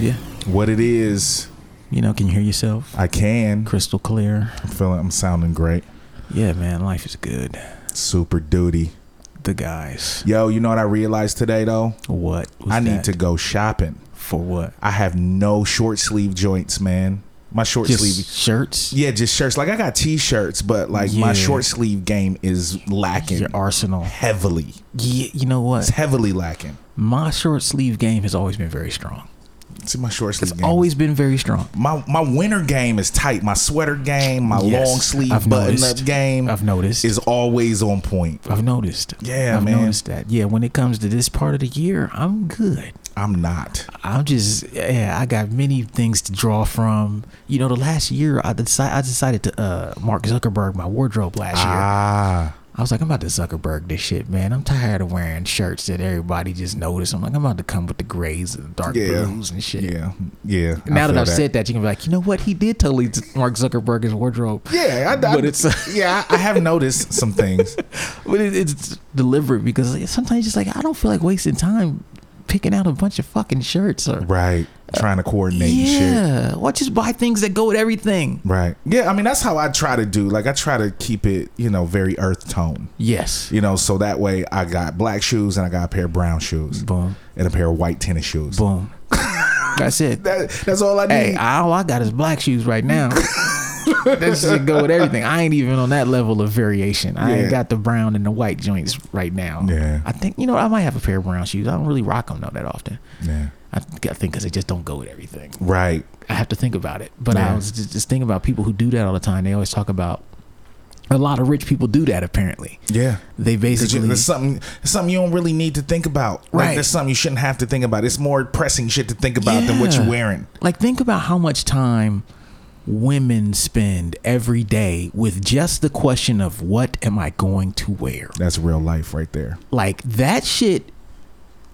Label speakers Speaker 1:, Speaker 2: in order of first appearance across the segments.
Speaker 1: you?
Speaker 2: What it is,
Speaker 1: You know, can you hear yourself?
Speaker 2: I can.
Speaker 1: Crystal clear.
Speaker 2: I'm feeling. I'm sounding great.
Speaker 1: Yeah, man, life is good.
Speaker 2: Super duty.
Speaker 1: The guys.
Speaker 2: Yo, you know what I realized today though?
Speaker 1: What? was
Speaker 2: I need
Speaker 1: that?
Speaker 2: to go shopping.
Speaker 1: for what?
Speaker 2: I have no short sleeve joints, man. My short
Speaker 1: Just
Speaker 2: sleeve.
Speaker 1: shirts.
Speaker 2: Yeah, just shirts. Like I got t-shirts, but like
Speaker 1: Yeah.
Speaker 2: my short sleeve game is lacking
Speaker 1: Your arsenal.
Speaker 2: heavily.
Speaker 1: Yeah, you know
Speaker 2: It's
Speaker 1: what?
Speaker 2: heavily lacking.
Speaker 1: My short sleeve game has always been very strong.
Speaker 2: See my short sleeve
Speaker 1: It's
Speaker 2: game.
Speaker 1: always been very strong.
Speaker 2: my my winter game is tight. My sweater game, my
Speaker 1: Yes,
Speaker 2: long
Speaker 1: I've
Speaker 2: sleeve button
Speaker 1: noticed.
Speaker 2: up game
Speaker 1: I've noticed.
Speaker 2: is always on point.
Speaker 1: I've noticed.
Speaker 2: Yeah,
Speaker 1: I've
Speaker 2: man.
Speaker 1: noticed that. Yeah, when it comes to this part of the year, I'm good.
Speaker 2: I'm not.
Speaker 1: I'm just yeah. I got many things to draw from. You know, the last year I decided I decided to uh, Mark Zuckerberg my wardrobe last year.
Speaker 2: Ah,
Speaker 1: I was like, I'm about to Zuckerberg this shit, man. I'm tired of wearing shirts that everybody just noticed. I'm like, I'm about to come with the grays and the dark
Speaker 2: Yeah.
Speaker 1: blues and shit.
Speaker 2: yeah, yeah. I
Speaker 1: Now that
Speaker 2: feel
Speaker 1: I've said that, you can be like, you know what? He did totally t- Mark Zuckerberg his wardrobe.
Speaker 2: yeah, I, I,
Speaker 1: But it's- uh,
Speaker 2: yeah, I I have noticed some things.
Speaker 1: But it, it's deliberate because sometimes it's like I don't feel like wasting time picking out a bunch of fucking shirts or
Speaker 2: Right, trying to coordinate and shit.
Speaker 1: yeah. Or just buy things that go with everything.
Speaker 2: Right. Yeah, I mean that's how I try to do. Like I try to keep it, you know, very earth tone.
Speaker 1: Yes.
Speaker 2: You know, so that way I got black shoes and I got a pair of brown shoes
Speaker 1: Boom.
Speaker 2: and a pair of white tennis shoes.
Speaker 1: Boom. That's it.
Speaker 2: That, that's all I need.
Speaker 1: Hey, all I got is black shoes right now. that shit go with everything. I ain't even on that level of variation. I
Speaker 2: Yeah.
Speaker 1: ain't got the brown and the white joints right now.
Speaker 2: Yeah.
Speaker 1: I think you know I might have a pair of brown shoes. I don't really rock them though that often.
Speaker 2: yeah.
Speaker 1: I, think- I think because they just don't go with everything.
Speaker 2: Right.
Speaker 1: I have to think about it. But
Speaker 2: Yeah.
Speaker 1: I was just, just thinking about people who do that all the time. They always talk about a lot of rich people do that. Apparently,
Speaker 2: Yeah.
Speaker 1: they
Speaker 2: 'Cause you-
Speaker 1: basically
Speaker 2: There's something, something you don't really need to think about. Like,
Speaker 1: Right.
Speaker 2: There's something you shouldn't have to think about. It's more pressing shit to think about than what
Speaker 1: Yeah.
Speaker 2: you're wearing.
Speaker 1: Like, think about how much time women spend every day with just the question of what am I going to wear?
Speaker 2: That's real life right there.
Speaker 1: Like, that shit,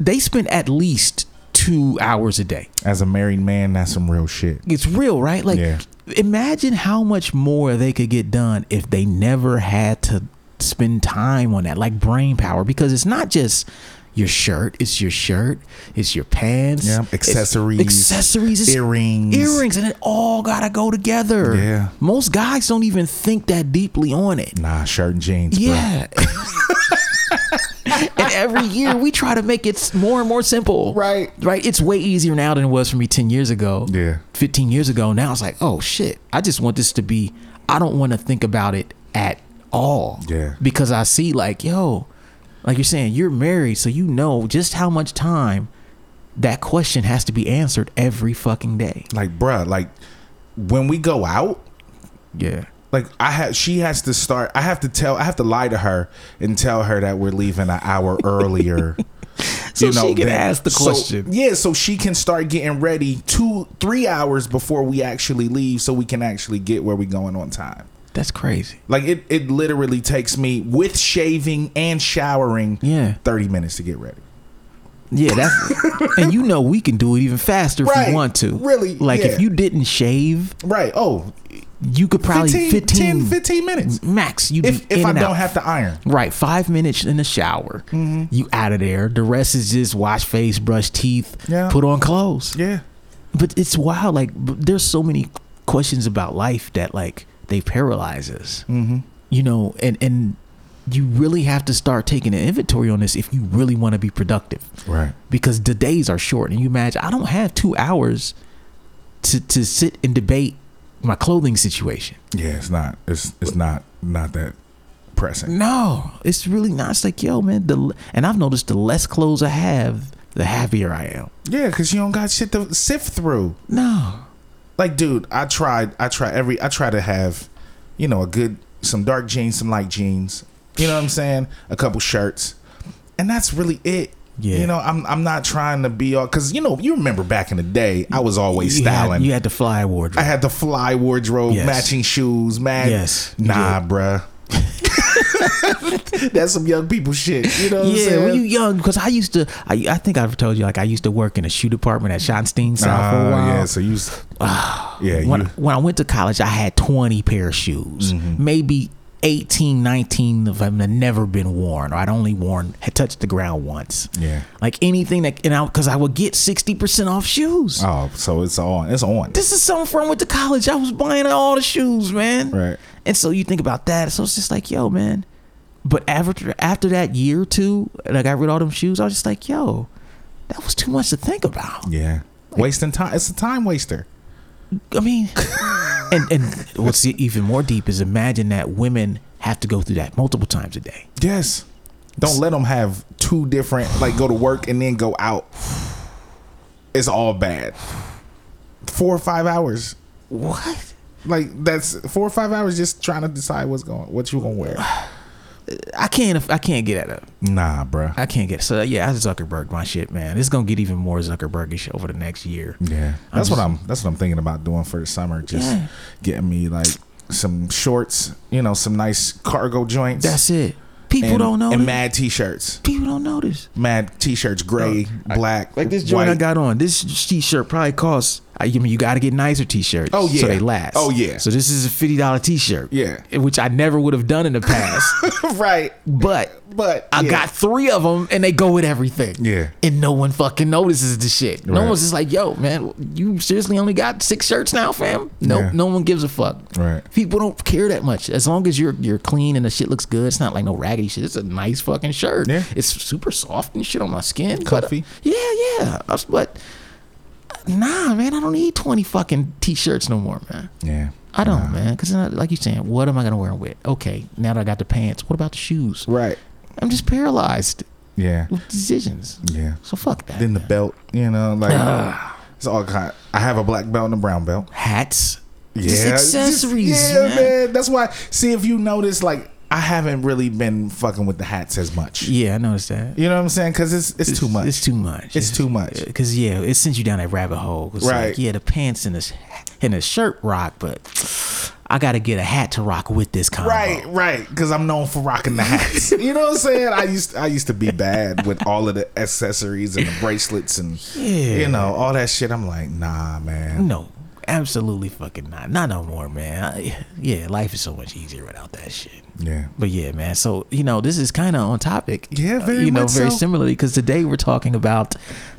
Speaker 1: they spend at least two hours a day.
Speaker 2: As a married man, that's some real shit.
Speaker 1: It's real, right? Like,
Speaker 2: Yeah.
Speaker 1: imagine how much more they could get done if they never had to spend time on that, like brain power, because it's not just. Your shirt, it's your shirt, it's your pants,
Speaker 2: Yeah.
Speaker 1: it's
Speaker 2: Accessories.
Speaker 1: accessories, it's
Speaker 2: Earrings.
Speaker 1: earrings and it all gotta go together
Speaker 2: Yeah.
Speaker 1: most guys don't even think that deeply on it
Speaker 2: Nah, shirt and jeans. bro.
Speaker 1: yeah and every year we try to make it s- more and more simple
Speaker 2: Right.
Speaker 1: right it's way easier now than it was for me 10 years ago
Speaker 2: Yeah.
Speaker 1: 15 years ago now it's like oh shit i just want this to be i don't want to think about it at all
Speaker 2: Yeah.
Speaker 1: because i see like yo like you're saying you're married so you know just how much time that question has to be answered every fucking day
Speaker 2: Like, bruh, like when we go out,
Speaker 1: yeah
Speaker 2: like I have, she has to start. I have to tell. I have to lie to her and tell her that we're leaving an hour earlier.
Speaker 1: So she can
Speaker 2: than-
Speaker 1: ask the
Speaker 2: so-
Speaker 1: question.
Speaker 2: yeah, so she can start getting ready two, three hours before we actually leave, so we can actually get where we going on time.
Speaker 1: That's crazy.
Speaker 2: Like it, it literally takes me with shaving and showering,
Speaker 1: Yeah.
Speaker 2: thirty minutes to get ready.
Speaker 1: Yeah, that's and you know we can do it even faster if
Speaker 2: Right.
Speaker 1: you want to.
Speaker 2: Really,
Speaker 1: Like
Speaker 2: yeah.
Speaker 1: if you didn't shave,
Speaker 2: Right? Oh,
Speaker 1: you could probably
Speaker 2: 15,
Speaker 1: 15,
Speaker 2: 10, 15 minutes.
Speaker 1: max. You
Speaker 2: If
Speaker 1: be
Speaker 2: if
Speaker 1: in
Speaker 2: I
Speaker 1: and
Speaker 2: don't
Speaker 1: out.
Speaker 2: have Mm-hmm. to iron,
Speaker 1: Right, five minutes in the shower, you out of there. The rest is just wash face, brush teeth,
Speaker 2: Yeah.
Speaker 1: put on clothes.
Speaker 2: yeah,
Speaker 1: But it's wild. Like b- there's so many questions about life that like they paralyze us.
Speaker 2: Mm.
Speaker 1: Mm-hmm. You know, and and you really have to start taking an inventory on this if you really want to be productive.
Speaker 2: right.
Speaker 1: because the days are short and you imagine i don't have two hours to, to sit and debate my clothing situation
Speaker 2: Yeah, it's not. It's it's not not that pressing.
Speaker 1: no it's really not it's like yo man the and i've noticed the less clothes i have the happier i am
Speaker 2: Yeah, because you don't got shit to sift through.
Speaker 1: no
Speaker 2: Like, dude, I tried. I try every. I try to have, you know, a good some dark jeans, some light jeans. You know what I'm saying? A couple shirts, and that's really it.
Speaker 1: Yeah.
Speaker 2: You know, I'm I'm not trying to be all because you know you remember back in the day I was always
Speaker 1: you
Speaker 2: styling.
Speaker 1: had, you had to fly a
Speaker 2: I
Speaker 1: wardrobe
Speaker 2: had the fly wardrobe,
Speaker 1: Yes.
Speaker 2: matching shoes, man.
Speaker 1: Yes, you
Speaker 2: Nah, bruh. that's some young people shit. You know what I'm
Speaker 1: yeah,
Speaker 2: saying?
Speaker 1: when you young, because I used to, I, I think I've told you, like I used to work in a shoe department at Schottenstein South for
Speaker 2: Ah,
Speaker 1: a while. Ah,
Speaker 2: Yeah, so you. s- yeah,
Speaker 1: when,
Speaker 2: you, Mm-hmm.
Speaker 1: when I went to college, I had 20 pair of shoes, maybe 18, 19 if I've never been worn or I'd only worn had touched the ground once.
Speaker 2: Yeah.
Speaker 1: Like anything that and I because I would get sixty percent off shoes.
Speaker 2: Oh, so it's on. It's on.
Speaker 1: This is something from with the college. I was buying all the shoes, man.
Speaker 2: Right.
Speaker 1: And so you think about that. So it's just like, yo, man. But after after that year or two, and I got rid of all them shoes, I was just like, yo, that was too much to think about.
Speaker 2: Yeah. Wasting time. It's a time waster.
Speaker 1: I mean, and and what's e-, even more deep is imagine that women have to go through that multiple times a day.
Speaker 2: Yes. Don't let them have two different, like go to work and then go out. It's all bad. Four or five hours.
Speaker 1: What?
Speaker 2: Like that's four or five hours just trying to decide what's going, what you gonna wear.
Speaker 1: I can't. I can't get at it.
Speaker 2: Nah, bruh.
Speaker 1: I can't get. So yeah, I Zuckerberg my shit, man. It's gonna get even more Zuckerbergish over the next year.
Speaker 2: Yeah,
Speaker 1: I'm
Speaker 2: that's what
Speaker 1: just-
Speaker 2: I'm. That's what I'm thinking about doing for the summer. Just
Speaker 1: Yeah.
Speaker 2: getting me like some shorts, you know, some nice cargo joints.
Speaker 1: That's it. People
Speaker 2: and,
Speaker 1: don't know.
Speaker 2: And
Speaker 1: this.
Speaker 2: mad t-shirts,
Speaker 1: People don't know this.
Speaker 2: mad t-shirts, gray, black,
Speaker 1: Like this joint I
Speaker 2: white.
Speaker 1: got on. This t-shirt probably costs. I mean, you got to get nicer t-shirts.
Speaker 2: Oh, yeah.
Speaker 1: so they last.
Speaker 2: Oh, yeah.
Speaker 1: So this is a fifty dollar t-shirt.
Speaker 2: Yeah.
Speaker 1: which I never would have done in the past.
Speaker 2: right,
Speaker 1: but
Speaker 2: but
Speaker 1: I
Speaker 2: yeah.
Speaker 1: got three of them, and they go with everything.
Speaker 2: Yeah.
Speaker 1: and no one fucking notices the shit. No
Speaker 2: Right.
Speaker 1: one's just like, "Yo, man, you seriously only got six shirts now, fam?" No,
Speaker 2: Yeah.
Speaker 1: no one gives a fuck.
Speaker 2: Right.
Speaker 1: People don't care that much. As long as you're you're clean and the shit looks good, it's not like no raggedy shit. It's a nice fucking shirt.
Speaker 2: Yeah.
Speaker 1: It's super soft and shit on my skin. but-
Speaker 2: Comfy.
Speaker 1: yeah, yeah. I was- but nah, man, I don't need twenty fucking t-shirts no more, man.
Speaker 2: Yeah,
Speaker 1: I don't,
Speaker 2: Nah.
Speaker 1: man, because like you're saying, what am I gonna wear 'em with? Okay, now that I got the pants, what about the shoes?
Speaker 2: Right.
Speaker 1: I'm just paralyzed
Speaker 2: Yeah.
Speaker 1: with decisions.
Speaker 2: Yeah.
Speaker 1: So fuck that.
Speaker 2: Then the belt, you know, like
Speaker 1: Ah.
Speaker 2: it's all kind. I have a black belt and a brown belt.
Speaker 1: hats.
Speaker 2: Yeah,
Speaker 1: Just accessories,
Speaker 2: just-
Speaker 1: man.
Speaker 2: That's why. See if you notice, like I haven't really been fucking with the hats as much.
Speaker 1: Yeah, I noticed that.
Speaker 2: You know what I'm saying? Because it's, it's too much.
Speaker 1: It's too much.
Speaker 2: It's too much.
Speaker 1: Because yeah, it sends you down that rabbit hole. It's
Speaker 2: Right.
Speaker 1: Like, yeah, the pants and the and the shirt rock, but I got to get a hat to rock with this combo.
Speaker 2: Right, right. Because I'm known for rocking the hats. you know what I'm saying? I used I used to be bad with all of the accessories and the bracelets and
Speaker 1: Yeah.
Speaker 2: you know all that shit. I'm like, nah, man.
Speaker 1: No, absolutely fucking not. Not no more, man. I, yeah, life is so much easier without that shit.
Speaker 2: Yeah.
Speaker 1: But yeah, man. So you know, this is kind of on topic. Uh,
Speaker 2: Yeah, very
Speaker 1: You know,
Speaker 2: much
Speaker 1: very
Speaker 2: so.
Speaker 1: similarly, because today we're talking about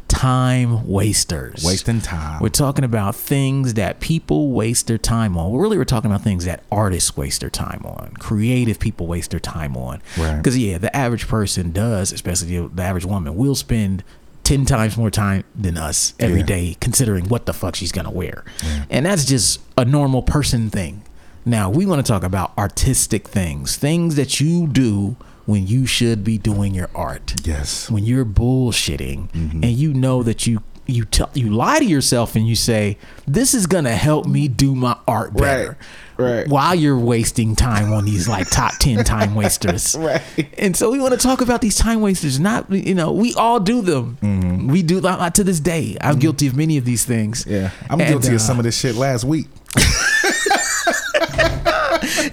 Speaker 1: time wasters.
Speaker 2: Wasting time.
Speaker 1: We're talking about things that people waste their time on. Really, we're talking about things that artists waste their time on, creative people waste their time on.
Speaker 2: Right.
Speaker 1: Because, yeah, the average person does, especially the, the average woman, will spend 10 times more time than us every
Speaker 2: Yeah.
Speaker 1: day considering what the fuck she's going to wear. And that's just a normal person thing. Now, we want to talk about artistic things, things that you do when you should be doing your art
Speaker 2: yes. Mm-hmm.
Speaker 1: when you're bullshitting and you know that you you tell you lie to yourself and you say this is gonna help me do my art better
Speaker 2: Right, right.
Speaker 1: while you're wasting time on these like top 10 time wasters
Speaker 2: Right.
Speaker 1: and so we want to talk about these time wasters not you know we all do them we do like, like, to this day i'm guilty of many of these things
Speaker 2: Mm-hmm. Yeah. I'm
Speaker 1: And,
Speaker 2: guilty
Speaker 1: uh,
Speaker 2: of some of this shit last week.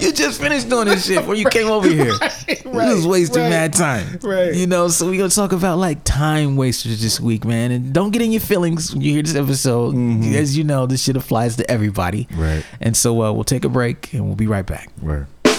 Speaker 1: you just finished doing this shit before you came over here. you was wasting
Speaker 2: right,
Speaker 1: mad time.
Speaker 2: right.
Speaker 1: You know, so we gonna talk about like time wasters this week, man. And don't get in your feelings when you hear this episode. As you know, this shit applies to everybody.
Speaker 2: Mm-hmm. Right.
Speaker 1: And so uh, we'll take a break and we'll be right back.
Speaker 2: Where?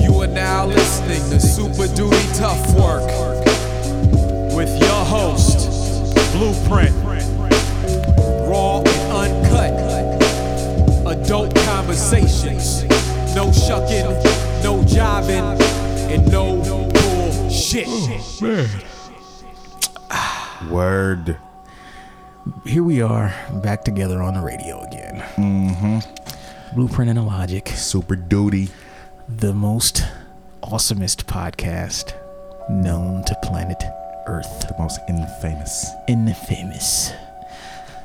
Speaker 3: You are now listening to Super Duty Tough Work with your host, Blueprint. Raw and uncut. Adult conversations. No shucking, no jiving, and no bullshit.
Speaker 2: shit. Word.
Speaker 1: Here we are, back together on the radio again. Mm-hmm.
Speaker 2: Mm-hmm.
Speaker 1: Blueprint and the Logic,
Speaker 2: Super duty.
Speaker 1: the most awesomest podcast known to planet Earth.
Speaker 2: The most infamous.
Speaker 1: Infamous.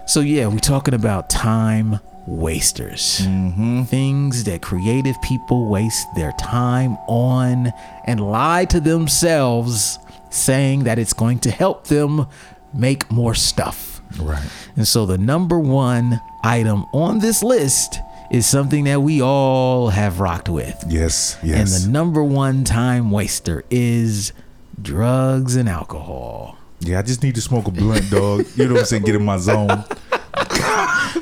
Speaker 1: So yeah, we're talking about time wasters. Mm-hmm. Things that creative people waste their time on and lie to themselves saying that it's going to help them make more stuff.
Speaker 2: Right.
Speaker 1: And so the number one item on this list is something that we all have rocked with.
Speaker 2: Yes. Yes.
Speaker 1: And the number one time waster is drugs and alcohol.
Speaker 2: yeah, I just need to smoke a blunt, dog. You know what I'm saying? Get in my zone.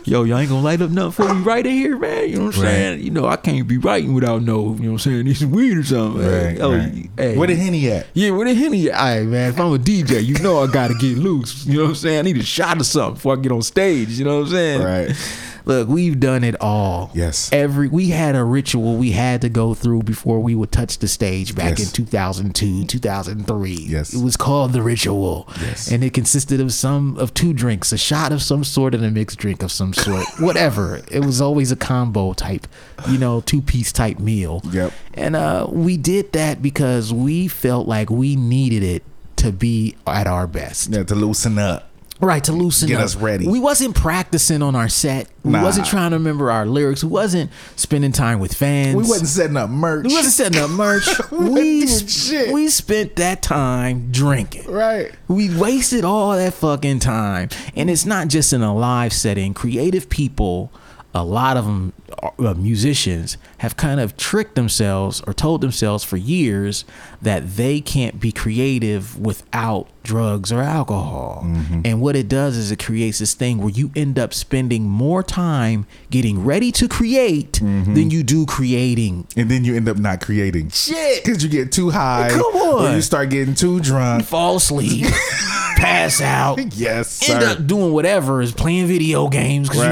Speaker 1: Yo, y'all ain't gonna light up nothing for me right in here, man. You know what I'm
Speaker 2: Right.
Speaker 1: saying? You know, I can't be writing without no, you know what I'm saying? Need some weed or something. man.
Speaker 2: Right.
Speaker 1: Oh,
Speaker 2: right.
Speaker 1: hey.
Speaker 2: Where the henny at?
Speaker 1: yeah, where the henny? at? All right, man. If I'm a DJ, you know I gotta get loose. You know what I'm saying? I need a shot or something before I get on stage. You know what I'm saying?
Speaker 2: Right.
Speaker 1: Look, we've done it all.
Speaker 2: Yes.
Speaker 1: Every we had a ritual we had to go through before we would touch the stage back
Speaker 2: Yes.
Speaker 1: in 2002, 2003.
Speaker 2: Yes.
Speaker 1: It was called the ritual.
Speaker 2: Yes.
Speaker 1: And it consisted of some of two drinks, a shot of some sort and a mixed drink of some sort. Whatever. It was always a combo type, you know, two-piece type meal.
Speaker 2: Yep.
Speaker 1: And uh we did that because we felt like we needed it to be at our best.
Speaker 2: Yeah, to loosen up.
Speaker 1: Right to loosen
Speaker 2: Get
Speaker 1: up.
Speaker 2: us ready.
Speaker 1: We wasn't practicing on our set. We
Speaker 2: Nah.
Speaker 1: wasn't trying to remember our lyrics. We wasn't spending time with fans.
Speaker 2: We wasn't setting up merch.
Speaker 1: We wasn't setting up merch.
Speaker 2: wasn't
Speaker 1: we
Speaker 2: doing shit.
Speaker 1: we spent that time drinking.
Speaker 2: Right.
Speaker 1: We wasted all that fucking time. And it's not just in a live setting. Creative people, a lot of them, uh, musicians, have kind of tricked themselves or told themselves for years that they can't be creative without drugs or alcohol. And what it does is it creates this thing where you end up spending more time getting ready to create than you do creating.
Speaker 2: And then you end up not creating.
Speaker 1: Shit!
Speaker 2: Because you get too high.
Speaker 1: Come on.
Speaker 2: Or you start getting too drunk.
Speaker 1: Fall asleep, pass out.
Speaker 2: Yes,
Speaker 1: end
Speaker 2: sir.
Speaker 1: up doing whatever is playing video games because you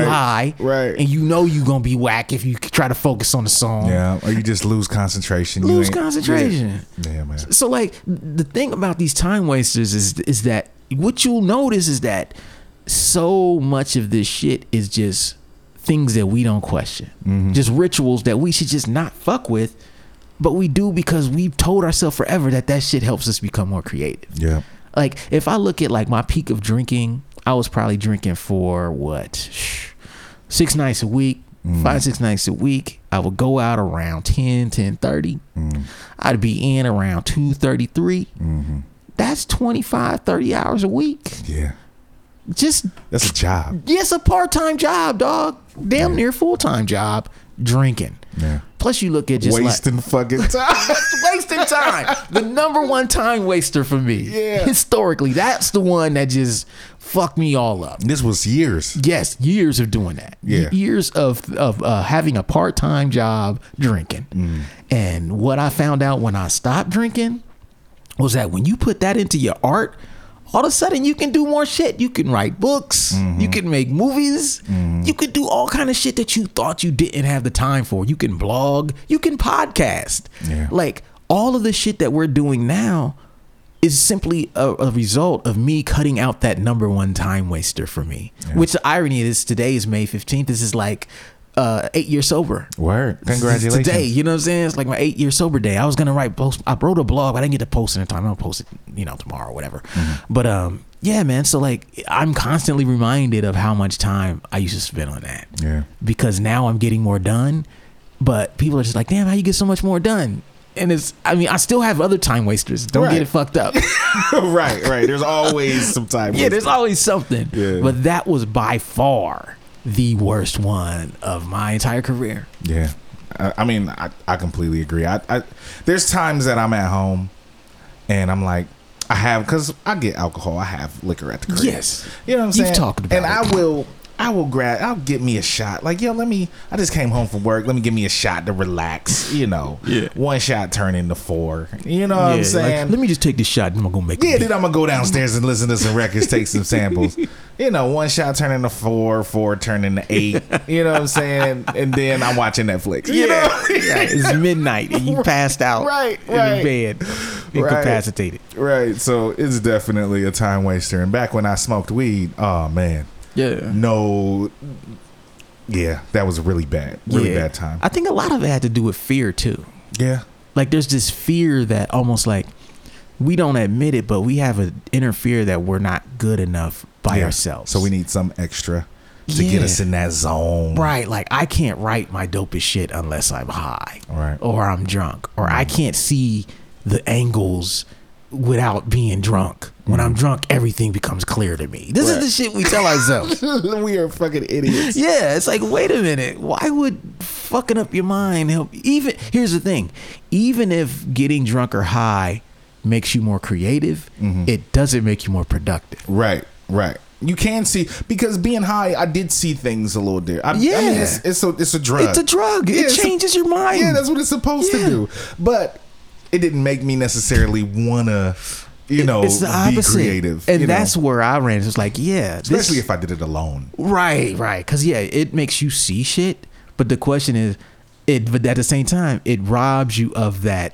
Speaker 1: high,
Speaker 2: Right, right.
Speaker 1: And you know you gonna be whack if you try to focus on the song.
Speaker 2: Yeah, or you just lose concentration. You
Speaker 1: Lose
Speaker 2: ain't-
Speaker 1: concentration.
Speaker 2: Yeah, yeah, man.
Speaker 1: So like the thing about these time wasters is is that what you'll notice is that so much of this shit is just things that we don't question,
Speaker 2: Mm-hmm.
Speaker 1: just rituals that we should just not fuck with, but we do because we've told ourselves forever that that shit helps us become more creative.
Speaker 2: Yeah.
Speaker 1: Like if I look at like my peak of drinking, I was probably drinking for what shh, six nights a week, five six nights a week. I would go out around 10, 10.30. I'd be in around two thirty three. That's 25, 30 hours a week.
Speaker 2: Yeah.
Speaker 1: Just
Speaker 2: That's a job.
Speaker 1: yes, a part time job, dog. Damn near full time job drinking.
Speaker 2: Yeah.
Speaker 1: Plus, you look at just like-
Speaker 2: Wasting fucking time.
Speaker 1: wasting time. The number one time waster for me.
Speaker 2: Yeah.
Speaker 1: Historically, that's the one that just fucked me all up.
Speaker 2: this was years.
Speaker 1: Yes, years of doing that.
Speaker 2: Yeah.
Speaker 1: Years of of uh, having a part time job drinking.
Speaker 2: Mm.
Speaker 1: And what I found out when I stopped drinking was that when you put that into your art, all of a sudden you can do more shit. You can write books. You can make movies. You can do all kind of shit that you thought you didn't have the time for. You can blog. You can podcast.
Speaker 2: Yeah.
Speaker 1: Like all of the shit that we're doing now is simply a, a result of me cutting out that number one time waster for me. Which the irony is today is May 15th. This is like uh, eight years sober.
Speaker 2: Word. Congratulations.
Speaker 1: Today, you know what I'm saying? It's like my eight year sober day. I was gonna write post. I wrote a blog, but I didn't get to post it in time. I'll post it, you know, tomorrow, or whatever.
Speaker 2: Mm-hmm.
Speaker 1: But um, yeah, man. So like, I'm constantly reminded of how much time I used to spend on that.
Speaker 2: Yeah.
Speaker 1: Because now I'm getting more done, but people are just like, "Damn, how you get so much more done?" And it's, I mean, I still have other time wasters. Don't
Speaker 2: Right.
Speaker 1: get it fucked up.
Speaker 2: right, right. There's always some time.
Speaker 1: yeah, there's always something.
Speaker 2: Yeah.
Speaker 1: But that was by far the worst one of my entire career.
Speaker 2: Yeah, I, I mean, I, I completely agree. I, I there's times that I'm at home, and I'm like, I have because I get alcohol. I have liquor at the crib.
Speaker 1: Yes.
Speaker 2: you know what I'm
Speaker 1: You've
Speaker 2: saying.
Speaker 1: talked about
Speaker 2: and
Speaker 1: it.
Speaker 2: I will. I will grab. I'll get me a shot. Like yo, let me. I just came home from work. Let me give me a shot to relax. You know.
Speaker 1: Yeah.
Speaker 2: One shot turn into four. You know what
Speaker 1: Yeah,
Speaker 2: I'm
Speaker 1: like,
Speaker 2: saying.
Speaker 1: Let me just take this shot and I'm gonna make
Speaker 2: Yeah,
Speaker 1: it.
Speaker 2: then I'm gonna go downstairs and listen to some records, take some samples. You know, one shot turn into four, four turn into eight. You know what I'm saying? And then I'm watching Netflix. You know?
Speaker 1: Yeah, it's midnight and you passed out
Speaker 2: Right,
Speaker 1: in
Speaker 2: right.
Speaker 1: the bed. incapacitated.
Speaker 2: Right. So it's definitely a time waster. And back when I smoked weed, oh man,
Speaker 1: Yeah.
Speaker 2: no, yeah, that was really bad, really
Speaker 1: Yeah.
Speaker 2: bad time.
Speaker 1: I think a lot of it had to do with fear too.
Speaker 2: Yeah.
Speaker 1: Like there's this fear that almost like we don't admit it, but we have an inner fear that we're not good enough by
Speaker 2: Yeah.
Speaker 1: ourselves.
Speaker 2: So we need some extra to get
Speaker 1: Yeah.
Speaker 2: us in that zone.
Speaker 1: Right, like I can't write my dopest shit unless I'm high.
Speaker 2: Right.
Speaker 1: Or I'm drunk. Or
Speaker 2: Mm.
Speaker 1: I can't see the angles without being drunk. When I'm drunk, everything becomes clear to me. This
Speaker 2: Mm. Right.
Speaker 1: is the shit we tell ourselves.
Speaker 2: we are fucking idiots.
Speaker 1: yeah, it's like, wait a minute. Why would fucking up your mind help? Even here's the thing: even if getting drunk or high makes you more creative,
Speaker 2: Mm-hmm.
Speaker 1: it doesn't make you more productive.
Speaker 2: Right, right. You can see because being high, I did see things a little bit. I, I
Speaker 1: Yeah.
Speaker 2: mean, it's, it's a it's a drug.
Speaker 1: It's a drug.
Speaker 2: Yeah,
Speaker 1: it
Speaker 2: it's a-
Speaker 1: changes your mind.
Speaker 2: Yeah, that's what it's supposed to
Speaker 1: Yeah.
Speaker 2: do. But it didn't make me necessarily wanna, you know,
Speaker 1: it's the opposite.
Speaker 2: be creative.
Speaker 1: and
Speaker 2: you know,
Speaker 1: that's where I ran. It's like, yeah, this-
Speaker 2: especially if I did it alone.
Speaker 1: right, right, because yeah, it makes you see shit. But the question is, it but at the same time, it robs you of that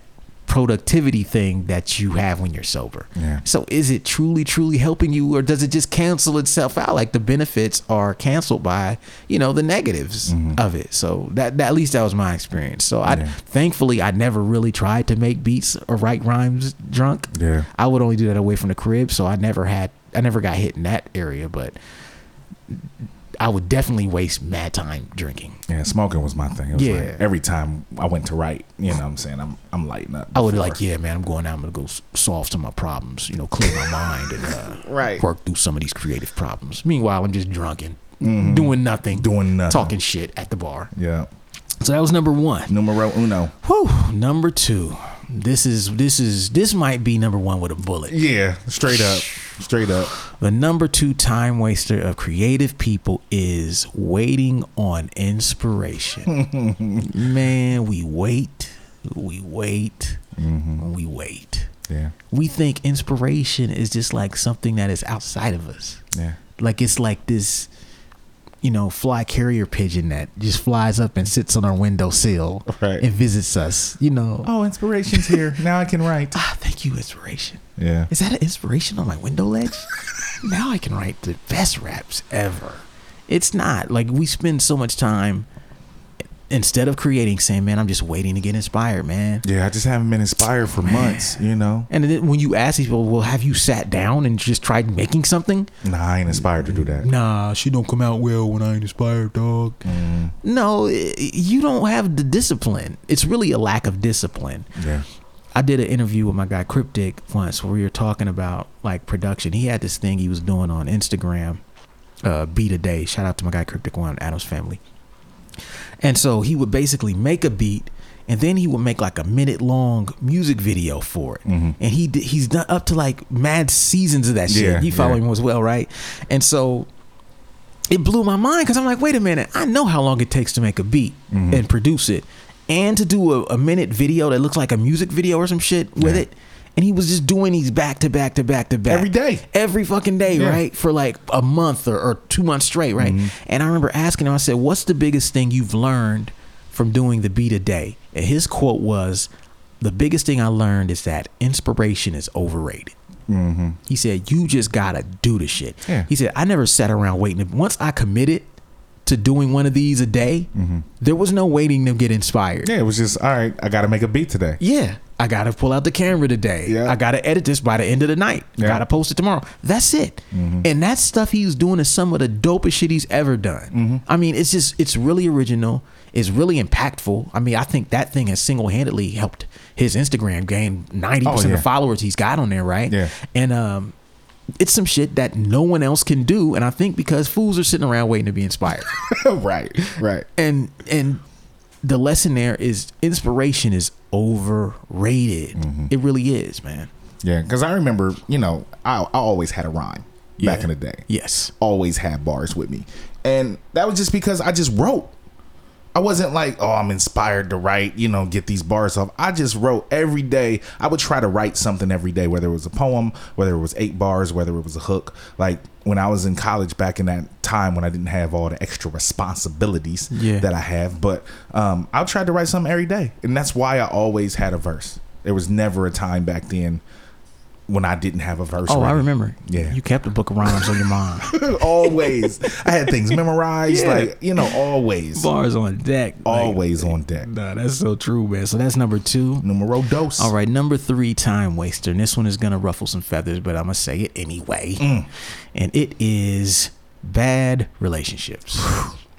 Speaker 1: productivity thing that you have when you're sober.
Speaker 2: Yeah.
Speaker 1: So is it truly, truly helping you, or does it just cancel itself out? Like the benefits are canceled by you know the negatives of it. So that, that at least that was my experience. So I
Speaker 2: Mm-hmm. Yeah.
Speaker 1: thankfully I never really tried to make beats or write rhymes drunk.
Speaker 2: Yeah.
Speaker 1: I would only do that away from the crib, so I never had I never got hit in that area, but I would definitely waste mad time drinking.
Speaker 2: Yeah, smoking was my thing. It was
Speaker 1: Yeah.
Speaker 2: like every time I went to write, you know what I'm saying? I'm I'm lighting up.
Speaker 1: I would
Speaker 2: before.
Speaker 1: like, yeah, man, I'm going out. I'm gonna go s- solve some of my problems. You know, clear my mind and uh,
Speaker 2: Right.
Speaker 1: work through some of these creative problems. Meanwhile, I'm just drunk and doing nothing,
Speaker 2: Mm-hmm. Doing nothing.
Speaker 1: talking shit at the bar.
Speaker 2: Yeah.
Speaker 1: So that was number one.
Speaker 2: Numero uno.
Speaker 1: Whew. Number two. This is this is this might be number one with a bullet.
Speaker 2: Yeah. Straight up. Straight up.
Speaker 1: The number two time waster of creative people is waiting on inspiration. Man, we wait, we wait, we wait.
Speaker 2: Yeah.
Speaker 1: We think inspiration is just like something that is outside of us.
Speaker 2: Yeah.
Speaker 1: Like it's like this, you know, fly carrier pigeon that just flies up and sits on our windowsill
Speaker 2: Right.
Speaker 1: and visits us, you know.
Speaker 2: Oh, inspiration's here. now I can write.
Speaker 1: Ah, thank you, inspiration.
Speaker 2: Yeah.
Speaker 1: Is that an inspiration on my window ledge? now I can write the best raps ever. It's not like we spend so much time instead of creating saying, man, I'm just waiting to get inspired, man.
Speaker 2: Yeah, I just haven't been inspired for months, you know.
Speaker 1: And then when you ask these people, well, have you sat down and just tried making something?
Speaker 2: Nah, I ain't inspired to do that.
Speaker 1: Nah, she don't come out well when I ain't inspired, dog.
Speaker 2: Mm-hmm.
Speaker 1: No, i- you don't have the discipline. It's really a lack of discipline.
Speaker 2: Yeah.
Speaker 1: I did an interview with my guy Cryptic once where we were talking about like production. He had this thing he was doing on Instagram, uh, Beat a Day. Shout out to my guy Cryptic One, Adam's family. And so he would basically make a beat and then he would make like a minute long music video for it.
Speaker 2: Mm-hmm.
Speaker 1: And he did, he's done up to like mad seasons of that shit.
Speaker 2: Yeah,
Speaker 1: you follow
Speaker 2: yeah.
Speaker 1: him as well, right? And so it blew my mind because I'm like, wait a minute, I know how long it takes to make a beat
Speaker 2: Mm-hmm.
Speaker 1: and produce it, and to do a, a minute video that looks like a music video or some shit with
Speaker 2: Yeah.
Speaker 1: it. And he was just doing these back to back to back to back
Speaker 2: Every day.
Speaker 1: every fucking day,
Speaker 2: Yeah. Mm-hmm.
Speaker 1: right? For like a month or, or two months straight, right? And I remember asking him, I said, What's the biggest thing you've learned from doing the beat a day? And his quote was, The biggest thing I learned is that inspiration is overrated. He said, You just gotta do the shit.
Speaker 2: Mm-hmm. Yeah.
Speaker 1: He said, I never sat around waiting. to- Once I committed to doing one of these a day,
Speaker 2: Mm-hmm.
Speaker 1: there was no waiting to get inspired.
Speaker 2: Yeah, it was just all right. I got to make a beat today.
Speaker 1: Yeah. I gotta pull out the camera today.
Speaker 2: Yeah.
Speaker 1: I gotta edit this by the end of the night.
Speaker 2: Yeah. Mm-hmm.
Speaker 1: Gotta post it tomorrow. That's it. And that stuff he was doing is some of the dopest shit he's ever done.
Speaker 2: Mm-hmm.
Speaker 1: I mean, it's just it's really original. It's really impactful. I mean, I think that thing has single handedly helped his Instagram gain ninety percent
Speaker 2: Oh,
Speaker 1: of
Speaker 2: yeah.
Speaker 1: the followers he's got on there, right?
Speaker 2: Yeah.
Speaker 1: And um it's some shit that no one else can do. And I think because fools are sitting around waiting to be inspired
Speaker 2: right, right.
Speaker 1: and and the lesson there is inspiration is overrated.
Speaker 2: Mm-hmm.
Speaker 1: It really is, man.
Speaker 2: Yeah, because I remember, you know, I, I always had a rhyme back
Speaker 1: Yeah.
Speaker 2: in the day.
Speaker 1: Yes.
Speaker 2: Always had bars with me, and that was just because I just wrote. I wasn't like, oh, I'm inspired to write, you know, get these bars off. I just wrote every day. I would try to write something every day, whether it was a poem, whether it was eight bars, whether it was a hook. Like when I was in college back in that time when I didn't have all the extra responsibilities
Speaker 1: Yeah.
Speaker 2: that I have, but um, I tried to write something every day. And that's why I always had a verse. There was never a time back then when I didn't have a verse.
Speaker 1: Oh, I
Speaker 2: ready.
Speaker 1: remember.
Speaker 2: Yeah.
Speaker 1: You kept a book of rhymes on your mind.
Speaker 2: always. I had things memorized,
Speaker 1: Yeah.
Speaker 2: like you know, always,
Speaker 1: Bars on deck. like-
Speaker 2: always on deck.
Speaker 1: Nah, that's so true, man. So that's number two.
Speaker 2: Numero dos.
Speaker 1: All right, number three, time waster. And this one is gonna ruffle some feathers, but I'm gonna say it anyway.
Speaker 2: Mm.
Speaker 1: And it is bad relationships.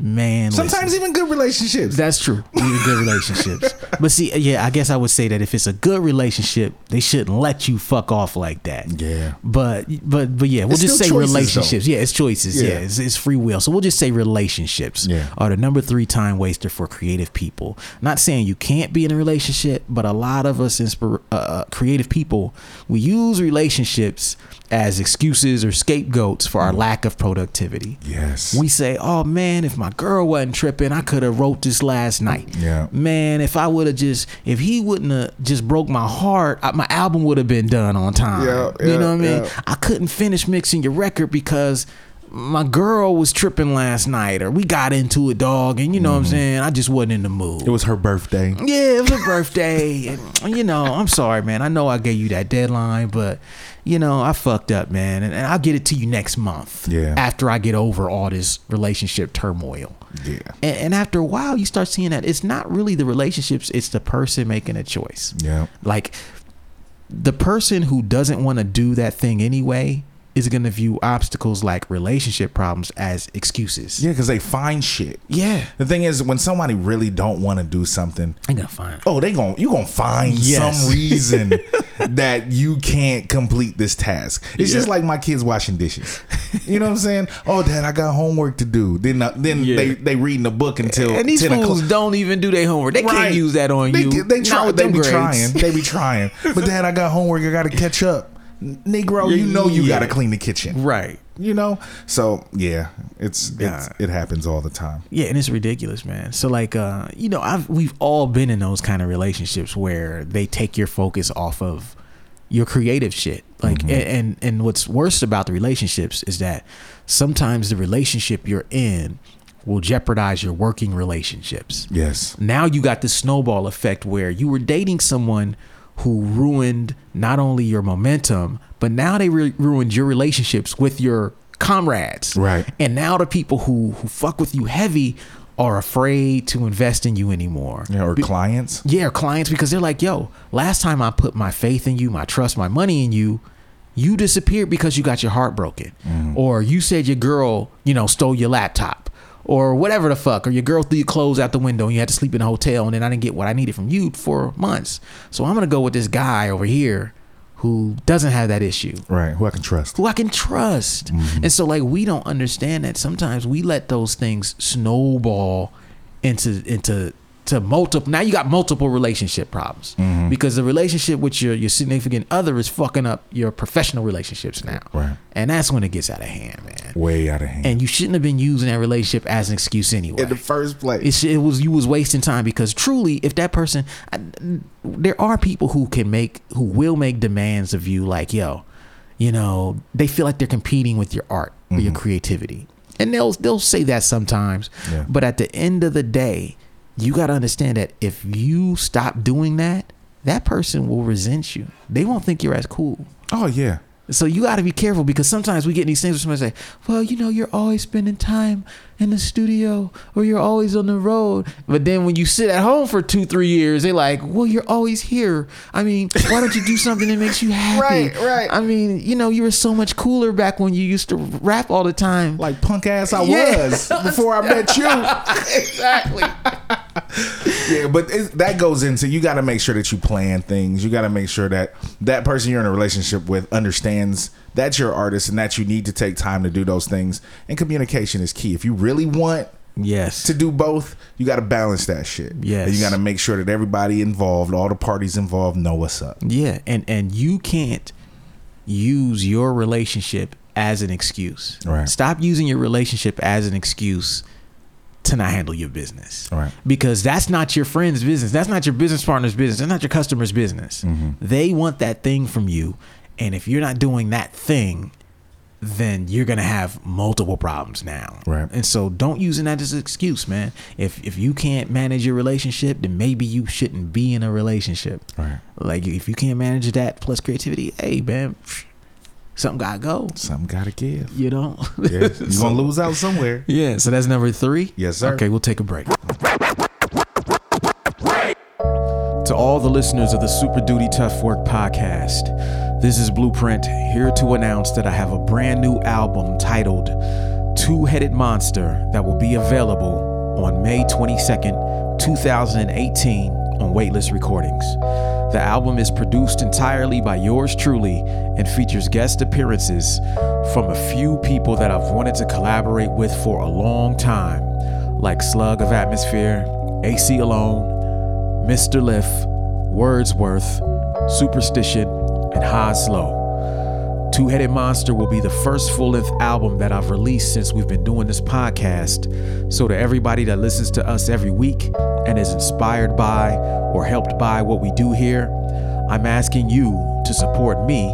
Speaker 1: Man, listen.
Speaker 2: Sometimes even good relationships.
Speaker 1: That's true. We need good relationships. But see, uh, yeah, I guess I would say that if it's a good relationship, they shouldn't let you fuck off like that.
Speaker 2: Yeah.
Speaker 1: But but but yeah, we'll
Speaker 2: It's
Speaker 1: just say
Speaker 2: still choices,
Speaker 1: relationships. Yeah, it's choices. Yeah,
Speaker 2: Yeah.
Speaker 1: it's, it's free will. So we'll just say relationships
Speaker 2: Yeah.
Speaker 1: are the number three time waster for creative people. Not saying you can't be in a relationship, but a lot of us inspir- uh, uh, creative people we use relationships as excuses or scapegoats for
Speaker 2: Mm.
Speaker 1: our lack of productivity.
Speaker 2: Yes.
Speaker 1: We say, "Oh man, if my girl wasn't tripping, I could have wrote this last night."
Speaker 2: Yeah.
Speaker 1: Man, if I would have just, if he wouldn't have just broke my heart, I, my album would have been done on time.
Speaker 2: Yeah,
Speaker 1: you
Speaker 2: yeah,
Speaker 1: know what I mean?
Speaker 2: yeah.
Speaker 1: I couldn't finish mixing your record because my girl was tripping last night, or we got into a dog, and you know what I'm
Speaker 2: Mm-hmm.
Speaker 1: saying. I just wasn't in the mood.
Speaker 2: it was her birthday.
Speaker 1: Yeah, it was her birthday. And, you know, I'm sorry, man. I know I gave you that deadline, but you know, I fucked up, man. And, and I'll get it to you next month.
Speaker 2: Yeah.
Speaker 1: After I get over all this relationship turmoil.
Speaker 2: Yeah.
Speaker 1: And, and after a while, you start seeing that it's not really the relationships, it's the person making a choice.
Speaker 2: Yeah.
Speaker 1: Like the person who doesn't want to do that thing anyway is going to view obstacles like relationship problems as excuses.
Speaker 2: Yeah, because they find shit.
Speaker 1: Yeah.
Speaker 2: The thing is, when somebody really don't want to do something,
Speaker 1: I'm going to find.
Speaker 2: oh, they gon' you gonna find
Speaker 1: Yes.
Speaker 2: some reason that you can't complete this task. It's just like my kids washing dishes. You know what I'm saying? Oh, dad, I got homework to do. Then uh, then
Speaker 1: Yeah.
Speaker 2: they they reading a book until
Speaker 1: And these
Speaker 2: 10 o'clock.
Speaker 1: fools don't even do their homework. They
Speaker 2: Right.
Speaker 1: can't use that on
Speaker 2: they,
Speaker 1: you.
Speaker 2: They
Speaker 1: Not
Speaker 2: try.
Speaker 1: with
Speaker 2: They
Speaker 1: them
Speaker 2: be
Speaker 1: grades.
Speaker 2: trying. They be trying. But dad, I got homework. I got to catch up. Negro, you know you
Speaker 1: Yeah.
Speaker 2: got to clean the kitchen.
Speaker 1: Right.
Speaker 2: You know. So yeah, it's, it's it happens all the time.
Speaker 1: Yeah, and it's ridiculous, man. So like uh, you know, I've we've all been in those kind of relationships where they take your focus off of your creative shit. Like
Speaker 2: Mm-hmm.
Speaker 1: a- and, and what's worse about the relationships is that sometimes the relationship you're in will jeopardize your working relationships.
Speaker 2: Yes.
Speaker 1: now you got this snowball effect where you were dating someone who ruined not only your momentum, but now they re- ruined your relationships with your comrades.
Speaker 2: Right.
Speaker 1: And now the people who who fuck with you heavy are afraid to invest in you anymore.
Speaker 2: Yeah, or clients.
Speaker 1: Yeah, clients because they're like, "Yo, last time I put my faith in you, my trust, my money in you, you disappeared because you got your heart broken, or you said your girl, you know, stole your laptop, or whatever the fuck, or your girl threw your clothes out the window and you had to sleep in a hotel, and then I didn't get what I needed from you for months. So I'm gonna go with this guy over here who doesn't have that issue."
Speaker 2: Right. Who I can trust.
Speaker 1: who I can trust. And so like we don't understand that sometimes we let those things snowball into into to multiple now you got multiple relationship problems because the relationship with your your significant other is fucking up your professional relationships now.
Speaker 2: Right.
Speaker 1: And that's when it gets out of hand, man.
Speaker 2: Way out of hand.
Speaker 1: And you shouldn't have been using that relationship as an excuse anyway
Speaker 2: In the first place.
Speaker 1: it's, it was you was wasting time because truly if that person I, there are people who can make who will make demands of you like yo you know they feel like they're competing with your art or your creativity and they'll they'll say that sometimes
Speaker 2: Yeah.
Speaker 1: but at the end of the day you got to understand that if you stop doing that that person will resent you they won't think you're as cool
Speaker 2: oh yeah.
Speaker 1: so you got to be careful because sometimes we get in these things where somebody say, "Well, you know, you're always spending time in the studio or you're always on the road." But then when you sit at home for two, three years, they like, "Well, you're always here." I mean, why don't you do something that makes you happy?
Speaker 2: Right, right.
Speaker 1: I mean, you know, you were so much cooler back when you used to rap all the time.
Speaker 2: Like punk ass I
Speaker 1: Yeah.
Speaker 2: was before I met you.
Speaker 1: exactly.
Speaker 2: yeah, but it, that goes into you got to make sure that you plan things. You got to make sure that that person you're in a relationship with understands that you're an artist and that you need to take time to do those things. And communication is key. If you really want
Speaker 1: Yes.
Speaker 2: to do both, you got to balance that shit.
Speaker 1: Yes.
Speaker 2: and you got to make sure that everybody involved, all the parties involved, know what's up.
Speaker 1: Yeah, and and you can't use your relationship as an excuse.
Speaker 2: Right.
Speaker 1: Stop using your relationship as an excuse to not handle your business.
Speaker 2: Right.
Speaker 1: Because that's not your friend's business. That's not your business partner's business. That's not your customer's
Speaker 2: Mm-hmm.
Speaker 1: business. They want that thing from you, and if you're not doing that thing, then you're gonna have multiple problems now.
Speaker 2: Right.
Speaker 1: And so don't use that as an excuse, man. If if you can't manage your relationship, then maybe you shouldn't be in a relationship.
Speaker 2: Right.
Speaker 1: Like if you can't manage that plus creativity, hey man, psh, something gotta go.
Speaker 2: Something gotta give.
Speaker 1: You know.
Speaker 2: Yeah. You're gonna lose out somewhere.
Speaker 1: yeah. So that's number three.
Speaker 2: Yes, sir.
Speaker 1: Okay, we'll take a break. To all the listeners of the Super Duty Tough Work podcast, this is Blueprint, here to announce that I have a brand new album titled Two Headed Monster that will be available on May 22nd, 2018, on Waitlist Recordings. The album is produced entirely by yours truly and features guest appearances from a few people that I've wanted to collaborate with for a long time, like Slug of Atmosphere, AC Alone, Mr. Liff, Wordsworth, Superstition, and Hans Slow. Two Headed Monster will be the first full length album that I've released since we've been doing this podcast. So, to everybody that listens to us every week and is inspired by or helped by what we do here, I'm asking you to support me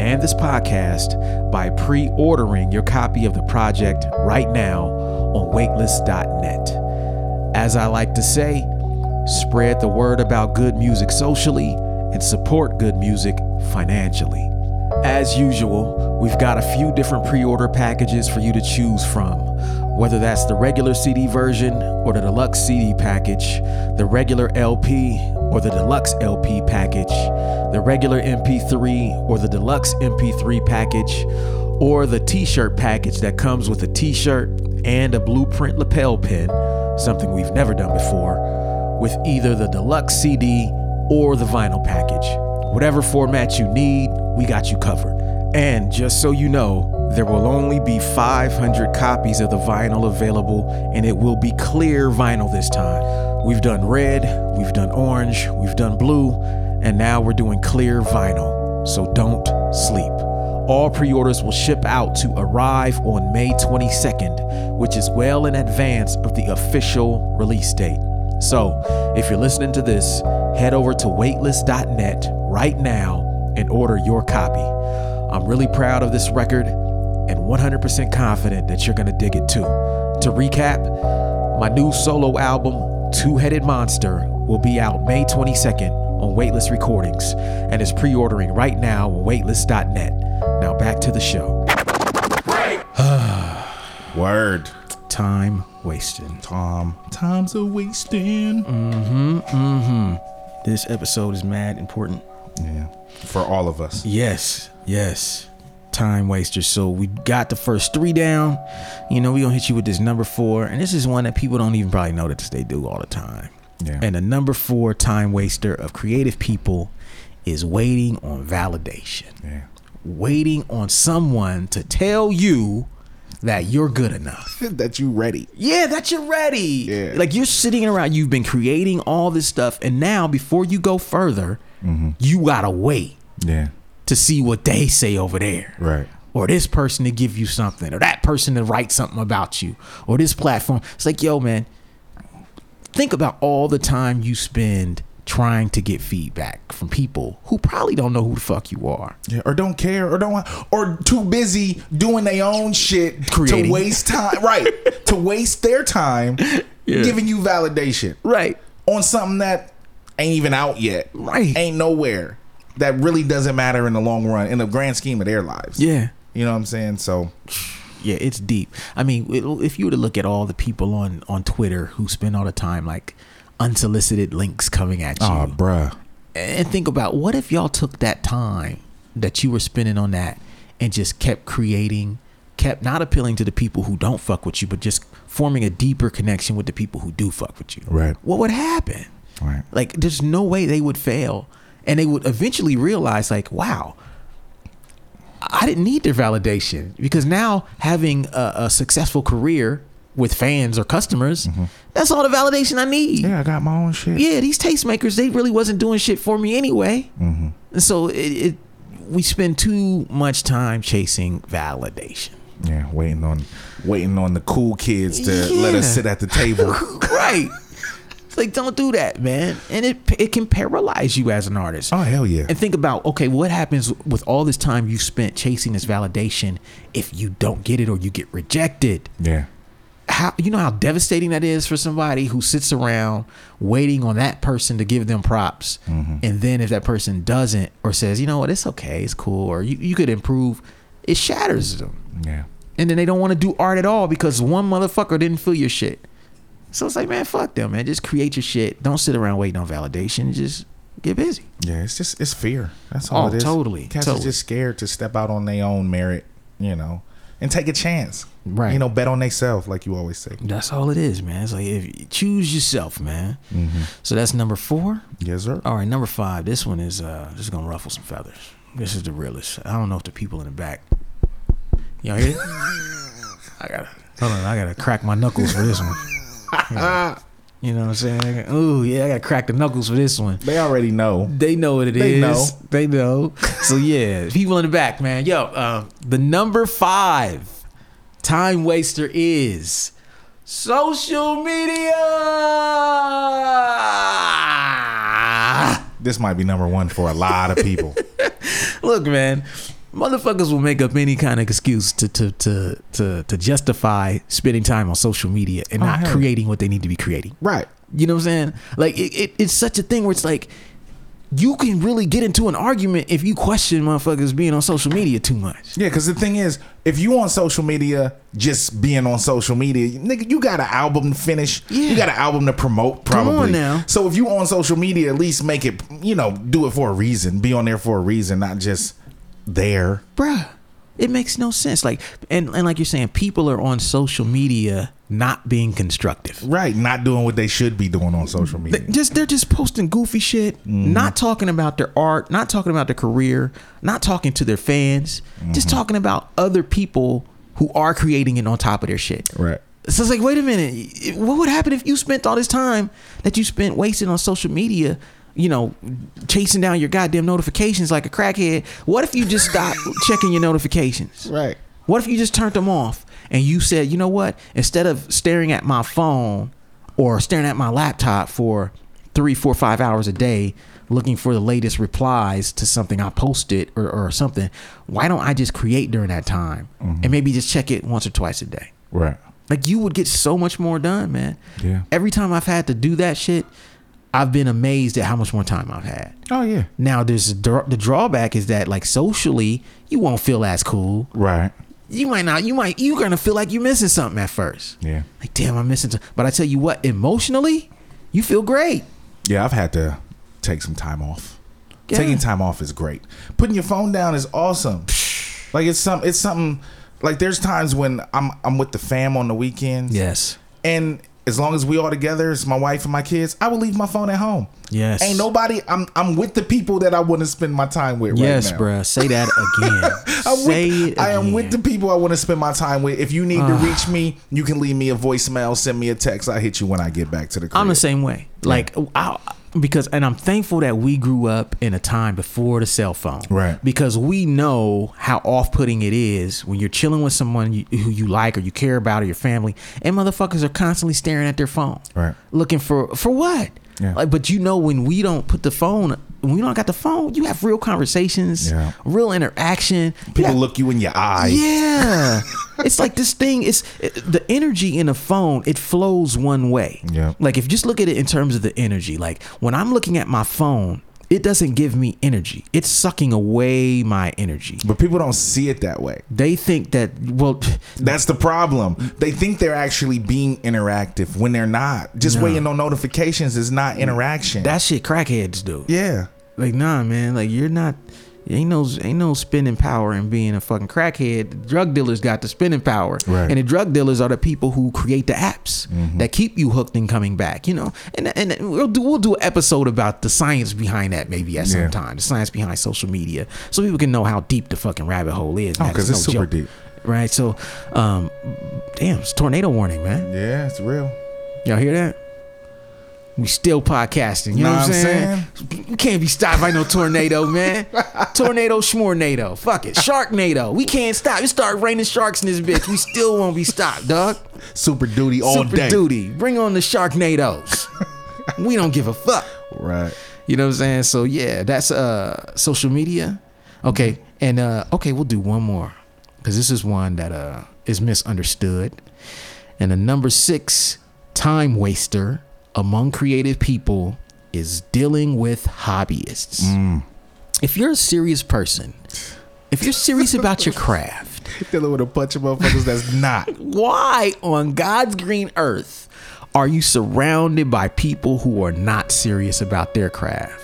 Speaker 1: and this podcast by pre ordering your copy of the project right now on waitlist.net. As I like to say, spread the word about good music socially and support good music financially. As usual, we've got a few different pre order packages for you to choose from. Whether that's the regular CD version or the deluxe CD package, the regular LP or the deluxe LP package, the regular MP3 or the deluxe MP3 package, or the t-shirt package that comes with a t-shirt and a blueprint lapel pin, something we've never done before, with either the deluxe CD or the vinyl package. Whatever format you need, we got you covered. And just so you know, there will only be 500 copies of the vinyl available, and it will be clear vinyl this time. We've done red, we've done orange, we've done blue, and now we're doing clear vinyl. So don't sleep. All pre orders will ship out to arrive on May 22nd, which is well in advance of the official release date. So, if you're listening to this, head over to waitlist.net right now and order your copy. I'm really proud of this record and 100% confident that you're going to dig it too. To recap, my new solo album, Two Headed Monster, will be out May 22nd on Waitlist Recordings and is pre ordering right now on waitlist.net. Now back to the show.
Speaker 2: Word.
Speaker 1: Time wasting.
Speaker 2: Tom. Time's a wasting.
Speaker 1: This episode is mad important.
Speaker 2: Yeah. For all of us.
Speaker 1: Yes, yes. Time wasters. So we got the first three down. You know, we gonna hit you with this number four. And this is one that people don't even probably know that they do all the time.
Speaker 2: Yeah.
Speaker 1: And the number four time waster of creative people is waiting on validation.
Speaker 2: Yeah.
Speaker 1: waiting on someone to tell you that you're good enough.
Speaker 2: that you ready.
Speaker 1: Yeah, that you're ready.
Speaker 2: Yeah.
Speaker 1: Like you're sitting around, you've been creating all this stuff, and now before you go further,
Speaker 2: Mm-hmm.
Speaker 1: you gotta wait
Speaker 2: Yeah.
Speaker 1: to see what they say over there.
Speaker 2: Right.
Speaker 1: Or this person to give you something, or that person to write something about you, or this platform. It's like, yo, man, think about all the time you spend trying to get feedback from people who probably don't know who the fuck you are.
Speaker 2: Yeah, or don't care, or don't, or too busy doing their own shit
Speaker 1: Creating.
Speaker 2: to waste time, right? to waste their time giving you validation
Speaker 1: Right.
Speaker 2: on something that ain't even out yet,
Speaker 1: Right.
Speaker 2: Ain't nowhere. That really doesn't matter in the long run, in the grand scheme of their lives.
Speaker 1: Yeah.
Speaker 2: you know what I'm saying. So
Speaker 1: Yeah, it's deep. I mean, it- if you were to look at all the people on on Twitter who spend all the time like unsolicited links coming at you,
Speaker 2: Oh, Ah, bruh,
Speaker 1: and think about what if y'all took that time that you were spending on that and just kept creating, kept not appealing to the people who don't fuck with you, but just forming a deeper connection with the people who do fuck with you.
Speaker 2: Right.
Speaker 1: What would happen?
Speaker 2: Right.
Speaker 1: Like, there's no way they would fail, and they would eventually realize, like, wow, I didn't need their validation because now having a, a successful career with fans or customers, that's all the validation I need.
Speaker 2: I got my own shit.
Speaker 1: Yeah, these tastemakers, they really wasn't doing shit for me anyway. And so it, it, we spend too much time chasing validation.
Speaker 2: Yeah, waiting on waiting on the cool kids to let
Speaker 1: Yeah.
Speaker 2: us sit at the table.
Speaker 1: right. It's like don't do that, man. And it it can paralyze you as an artist.
Speaker 2: Oh hell yeah.
Speaker 1: And think about okay, what happens with all this time you spent chasing this validation if you don't get it or you get rejected?
Speaker 2: Yeah.
Speaker 1: How you know how devastating that is for somebody who sits around waiting on that person to give them props, and then if that person doesn't or says, you know what, it's okay, it's cool, or you, you could improve, it shatters them
Speaker 2: Yeah.
Speaker 1: and then they don't want to do art at all because one motherfucker didn't feel your shit. So it's like, man, fuck them, man. Just create your shit. Don't sit around waiting on validation. Just get busy.
Speaker 2: Yeah, it's just it's fear. That's all
Speaker 1: Oh,
Speaker 2: it is.
Speaker 1: totally,
Speaker 2: Cats
Speaker 1: totally.
Speaker 2: are just scared to step out on their own merit, you know, and take a chance.
Speaker 1: Right.
Speaker 2: You know, bet on themselves, like you always say.
Speaker 1: That's all it is, man. It's like if choose yourself, man. So that's number four.
Speaker 2: Yes, sir.
Speaker 1: All right, number five. This one is uh, this is gonna ruffle some feathers. This is the realest. I don't know if the people in the back. Y'all hear? it? I gotta hold on. I gotta crack my knuckles for this one. Yeah. You know what I'm saying? I gotta- Ooh, yeah, I gotta crack the knuckles for this one.
Speaker 2: They already know.
Speaker 1: They know what it is.
Speaker 2: They
Speaker 1: They know. So yeah, people in the back, man. Yo, uh, the number five time waster is social media.
Speaker 2: This might be number one for a lot of people.
Speaker 1: Look, man, motherfuckers will make up any kind of excuse to to to to, to justify spending time on social media and not
Speaker 2: hell.
Speaker 1: creating what they need to be creating.
Speaker 2: right.
Speaker 1: You know what I'm saying? Like it, it, it's such a thing where it's like you can really get into an argument if you question motherfuckers being on social media too much.
Speaker 2: Yeah, because the thing is, if you on social media, just being on social media, nigga, you got an album to finish.
Speaker 1: Yeah.
Speaker 2: You got an album to promote, probably.
Speaker 1: on now.
Speaker 2: So if you on social media, at least make it, you know, do it for a reason. Be on there for a reason, not just there.
Speaker 1: Bruh. It makes no sense. Like and, and like you're saying, people are on social media not being constructive.
Speaker 2: Right. Not doing what they should be doing on social media.
Speaker 1: Just they're just posting goofy shit, not talking about their art, not talking about their career, not talking to their fans, just talking about other people who are creating it on top of their shit.
Speaker 2: Right.
Speaker 1: So it's like, wait a minute, what would happen if you spent all this time that you spent wasting on social media, you know, chasing down your goddamn notifications like a crackhead? What if you just stopped checking your notifications?
Speaker 2: Right.
Speaker 1: What if you just turned them off and you said, you know what? Instead of staring at my phone or staring at my laptop for three, four, five hours a day looking for the latest replies to something I posted or, or something, why don't I just create during that time and maybe just check it once or twice a day?
Speaker 2: Right.
Speaker 1: Like you would get so much more done, man.
Speaker 2: Yeah.
Speaker 1: Every time I've had to do that shit, I've been amazed at how much more time I've had.
Speaker 2: Oh yeah.
Speaker 1: Now there's a dra- the drawback is that like socially, you won't feel as cool.
Speaker 2: Right.
Speaker 1: You might not. You might. You're gonna feel like you're missing something at first.
Speaker 2: Yeah.
Speaker 1: Like damn, I'm missing. Something. But I tell you what, emotionally, you feel great.
Speaker 2: Yeah, I've had to take some time off.
Speaker 1: Yeah.
Speaker 2: Taking time off is great. Putting your phone down is awesome. Like it's some it's something like there's times when I'm I'm with the fam on the weekends.
Speaker 1: Yes.
Speaker 2: And as long as we all together, it's my wife and my kids, I will leave my phone at home.
Speaker 1: Yes.
Speaker 2: Ain't nobody I'm I'm with the people that I want to spend my time with
Speaker 1: Yes,
Speaker 2: right now.
Speaker 1: bruh. Say that again.
Speaker 2: I'm
Speaker 1: Say
Speaker 2: with,
Speaker 1: it
Speaker 2: I am with the
Speaker 1: again.
Speaker 2: people I want to spend my time with. If you need to reach me, you can leave me a voicemail, send me a text. I hit you when I get back to the crib.
Speaker 1: I'm the same way. Like I because and I'm thankful that we grew up in a time before the cell phone.
Speaker 2: Right.
Speaker 1: Because we know how off-putting it is when you're chilling with someone you, who you like or you care about or your family and motherfuckers are constantly staring at their phone.
Speaker 2: Right.
Speaker 1: Looking for for what?
Speaker 2: Yeah.
Speaker 1: Like but you know when we don't put the phone when we don't got the phone, you have real conversations,
Speaker 2: Yeah.
Speaker 1: real interaction. You
Speaker 2: People
Speaker 1: have-
Speaker 2: look you in your eye.
Speaker 1: yeah. it's like this thing is it- the energy in a phone, it flows one way.
Speaker 2: Yeah.
Speaker 1: Like if you just look at it in terms of the energy, like when I'm looking at my phone, it doesn't give me energy. It's sucking away my energy.
Speaker 2: But people don't see it that way.
Speaker 1: They think that well
Speaker 2: That's the problem. They think they're actually being interactive when they're not. Just waiting on notifications is not interaction.
Speaker 1: that shit crackheads do.
Speaker 2: yeah.
Speaker 1: Like nah, man, like you're not Ain't no ain't no spending power in being a fucking crackhead. Drug dealers got the spending power,
Speaker 2: Right. Mm-hmm.
Speaker 1: and the drug dealers are the people who create the apps that keep you hooked and coming back. You know, and and we'll do we'll do an episode about the science behind that maybe at some
Speaker 2: Yeah.
Speaker 1: time. The science behind social media, so people can know how deep the fucking rabbit hole is.
Speaker 2: Oh,
Speaker 1: man.
Speaker 2: 'cause it's super deep.
Speaker 1: right? So, um, damn, it's tornado warning, man.
Speaker 2: Yeah, it's real.
Speaker 1: Y'all hear that? We still podcasting. You know,
Speaker 2: Nah,
Speaker 1: what I'm
Speaker 2: I'm
Speaker 1: saying? We can't be stopped by no tornado, man. tornado, schmornado. Fuck it. Sharknado. We can't stop. It start raining sharks in this bitch. We still won't be stopped, dog.
Speaker 2: Super duty all
Speaker 1: Super
Speaker 2: day.
Speaker 1: duty. Bring on the sharknados. we don't give a fuck.
Speaker 2: Right.
Speaker 1: You know what I'm saying? So yeah, that's uh social media. Okay, and uh okay, we'll do one more because this is one that uh is misunderstood. And the number six time waster among creative people is dealing with hobbyists. If you're a serious person, if you're serious about your craft,
Speaker 2: Dealing with a bunch of motherfuckers that's not.
Speaker 1: why on God's green earth are you surrounded by people who are not serious about their craft?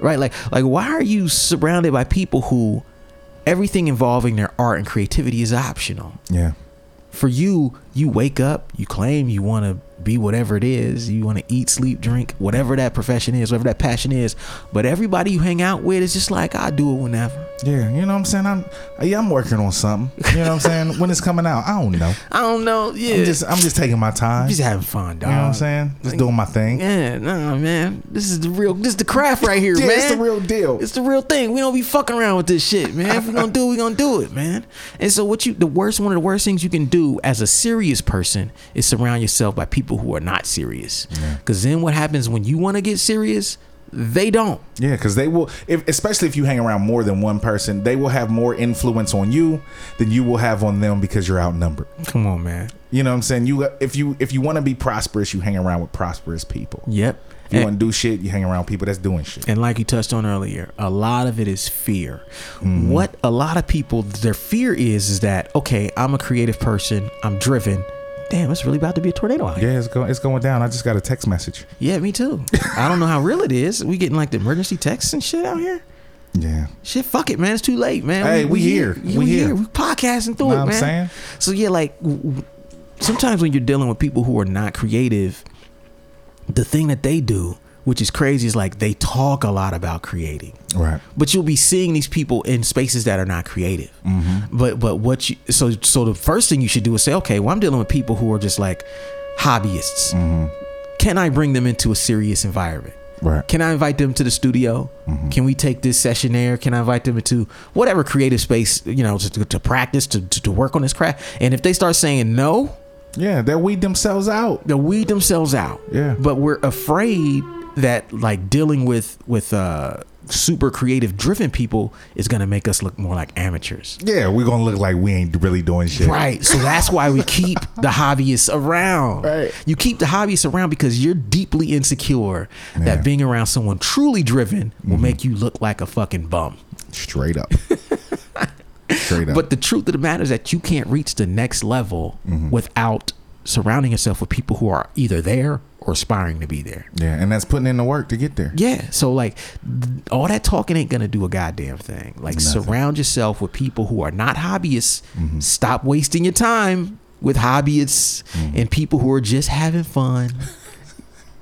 Speaker 1: Right? Like like why are you surrounded by people who everything involving their art and creativity is optional?
Speaker 2: Yeah.
Speaker 1: For you, you wake up, you claim you want to be whatever it is, you want to eat, sleep, drink, whatever that profession is, whatever that passion is, but everybody you hang out with is just like, I do it whenever.
Speaker 2: Yeah. You know what I'm saying? I'm yeah, I'm working on something. You know what I'm saying? When it's coming out, I don't know.
Speaker 1: I don't know. Yeah.
Speaker 2: I'm just I'm just taking my time.
Speaker 1: just
Speaker 2: You
Speaker 1: having fun, dog.
Speaker 2: know what I'm saying? Just doing my thing.
Speaker 1: Yeah, nah, man. This is the real. This is the craft right here,
Speaker 2: Yeah,
Speaker 1: man.
Speaker 2: it's the real deal.
Speaker 1: It's the real thing. We don't be fucking around with this shit, man. If we gonna do, it, we gonna do it, man. And so, what you the worst one of the worst things you can do as a serious person is surround yourself by people who are not serious. Because then, what happens when you want to get serious? They don't.
Speaker 2: Yeah, because they will, if, especially if you hang around more than one person, they will have more influence on you than you will have on them because you're outnumbered.
Speaker 1: Come on, man.
Speaker 2: You know what I'm saying? You if you if you want to be prosperous, you hang around with prosperous people.
Speaker 1: Yep.
Speaker 2: If you
Speaker 1: And-
Speaker 2: want to do shit, you hang around people that's doing shit.
Speaker 1: and like you touched on earlier a lot of it is fear
Speaker 2: Hmm.
Speaker 1: what a lot of people their fear is is that okay i'm a creative person i'm driven damn it's really about to be a tornado out here
Speaker 2: Yeah, it's going it's going down. I just got a text message.
Speaker 1: yeah me too i don't know how real it is we getting like the emergency texts and shit out here
Speaker 2: Yeah,
Speaker 1: Shit, fuck it, man. It's too late, man.
Speaker 2: Hey, we here.
Speaker 1: Yeah,
Speaker 2: We here.
Speaker 1: We podcasting through
Speaker 2: Know
Speaker 1: it,
Speaker 2: what I'm
Speaker 1: man.
Speaker 2: saying?
Speaker 1: So yeah, like w- w- sometimes when you're dealing with people who are not creative, the thing that they do, which is crazy, is like they talk a lot about creating
Speaker 2: right.
Speaker 1: but you'll be seeing these people in spaces that are not creative. But but what you so so the first thing you should do is say, okay, well I'm dealing with people who are just like hobbyists. Can I bring them into a serious environment?
Speaker 2: Right.
Speaker 1: Can I invite them to the studio? Can we take this session there? Can I invite them into whatever creative space you know to, to practice to, to to work on this craft? And if they start saying no,
Speaker 2: Yeah, they'll weed themselves out.
Speaker 1: they'll weed themselves out.
Speaker 2: Yeah.
Speaker 1: But we're afraid that like dealing with with uh super creative driven people is gonna make us look more like amateurs.
Speaker 2: Yeah, we're gonna look like we ain't really doing shit.
Speaker 1: Right. So that's why we keep the hobbyists around.
Speaker 2: Right.
Speaker 1: You keep the hobbyists around because you're deeply insecure
Speaker 2: Yeah. Mm-hmm.
Speaker 1: that being around someone truly driven will make you look like a fucking bum.
Speaker 2: Straight up. Straight up.
Speaker 1: But the truth of the matter is that you can't reach the next level
Speaker 2: Mm-hmm.
Speaker 1: without surrounding yourself with people who are either there or aspiring to be there.
Speaker 2: yeah, and that's putting in the work to get there.
Speaker 1: Yeah. So like th- all that talking ain't gonna do a goddamn thing. Like surround yourself with people who are not hobbyists. Stop wasting your time with hobbyists and people who are just having fun.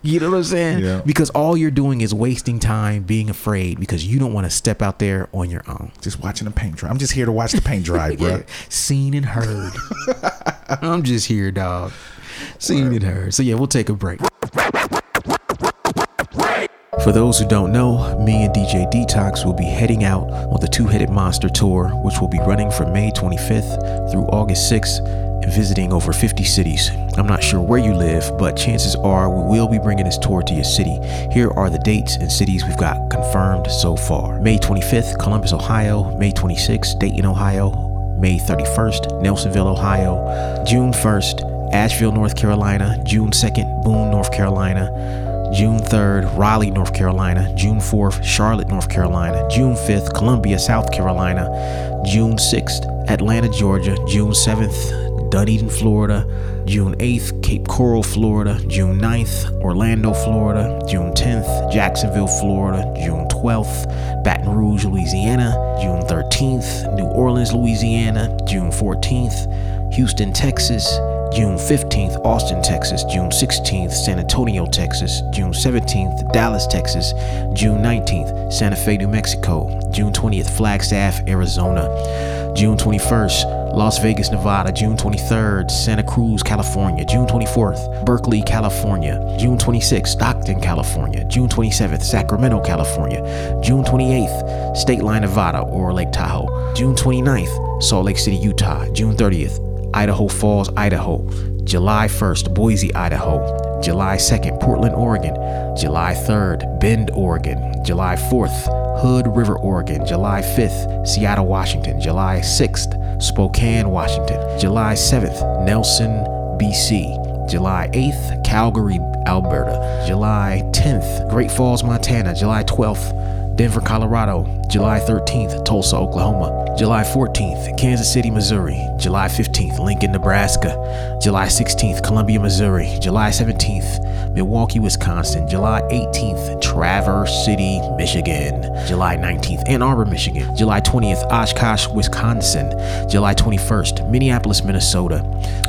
Speaker 1: You know what I'm saying?
Speaker 2: Yeah.
Speaker 1: Because all you're doing is wasting time being afraid because you don't want to step out there on your own.
Speaker 2: Just watching the paint dry. I'm just here to watch the paint dry, bro.
Speaker 1: Yeah. Seen and heard. I'm just here, dog. Seen and heard. So yeah, we'll take a break. For those who don't know, me and DJ Detox will be heading out on the Two Headed Monster Tour, which will be running from May 25th through August 6th and visiting over 50 cities. I'm not sure where you live, but chances are we will be bringing this tour to your city. Here are the dates and cities we've got confirmed so far May 25th, Columbus, Ohio, May 26th, Dayton, Ohio, May 31st, Nelsonville, Ohio. June 1st, Asheville, North Carolina. June 2nd, Boone, North Carolina. June 3rd, Raleigh, North Carolina. June 4th, Charlotte, North Carolina. June 5th, Columbia, South Carolina. June 6th, Atlanta, Georgia. June 7th, Dunedin, Florida. June 8th, Cape Coral, Florida. June 9th, Orlando, Florida. June 10th, Jacksonville, Florida. June 12th, Baton Rouge, Louisiana. June 13th, New Orleans, Louisiana. June 14th, Houston, Texas. June 15th, Austin, Texas. June 16th, San Antonio, Texas. June 17th, Dallas, Texas. June 19th, Santa Fe, New Mexico. June 20th, Flagstaff, Arizona. June 21st, Las Vegas, Nevada. June 23rd, Santa Cruz, California. June 24th, Berkeley, California. June 26th, Stockton, California. June 27th, Sacramento, California. June 28th, State Line, Nevada, or Lake Tahoe. June 29th, Salt Lake City, Utah. June 30th, Idaho Falls, Idaho. July 1st, Boise, Idaho. July 2nd, Portland, Oregon. July 3rd, Bend, Oregon. July 4th, Hood River, Oregon. July 5th, Seattle, Washington. July 6th, Spokane, Washington. July 7th, Nelson, BC. July 8th, Calgary, Alberta. July 10th, Great Falls, Montana. July 12th, Denver, Colorado, July 13th, Tulsa, Oklahoma, July 14th, Kansas City, Missouri, July 15th, Lincoln, Nebraska, July 16th, Columbia, Missouri, July 17th, Milwaukee, Wisconsin, July 18th, Traverse City, Michigan, July 19th, Ann Arbor, Michigan, July 20th, Oshkosh, Wisconsin, July 21st, Minneapolis, Minnesota,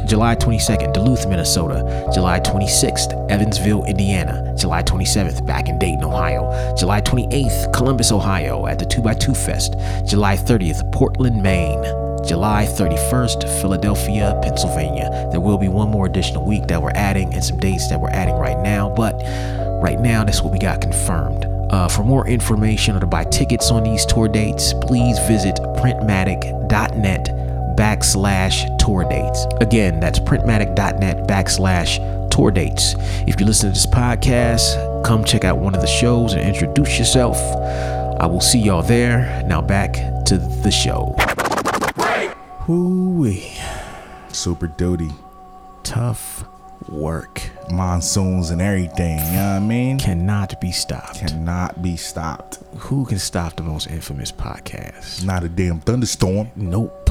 Speaker 1: July 22nd, Duluth, Minnesota, July 26th, Evansville, Indiana, July 27th, back in Dayton, Ohio, July 28th, Columbus, Ohio, at the 2x2 Fest, July 30th, Portland, Maine. July 31st, Philadelphia, Pennsylvania. There will be one more additional week that we're adding and some dates that we're adding right now, but right now that's what we got confirmed. Uh, for more information or to buy tickets on these tour dates, please visit printmatic.net backslash tour dates. Again, that's printmatic.net backslash tour dates. If you listen to this podcast, come check out one of the shows and introduce yourself. I will see y'all there. Now back to the show. Hooey,
Speaker 2: Super duty,
Speaker 1: tough work
Speaker 2: monsoons and everything. You know what I mean?
Speaker 1: cannot be stopped.
Speaker 2: Cannot be stopped.
Speaker 1: Who can stop the most infamous podcast?
Speaker 2: Not a damn thunderstorm.
Speaker 1: Nope.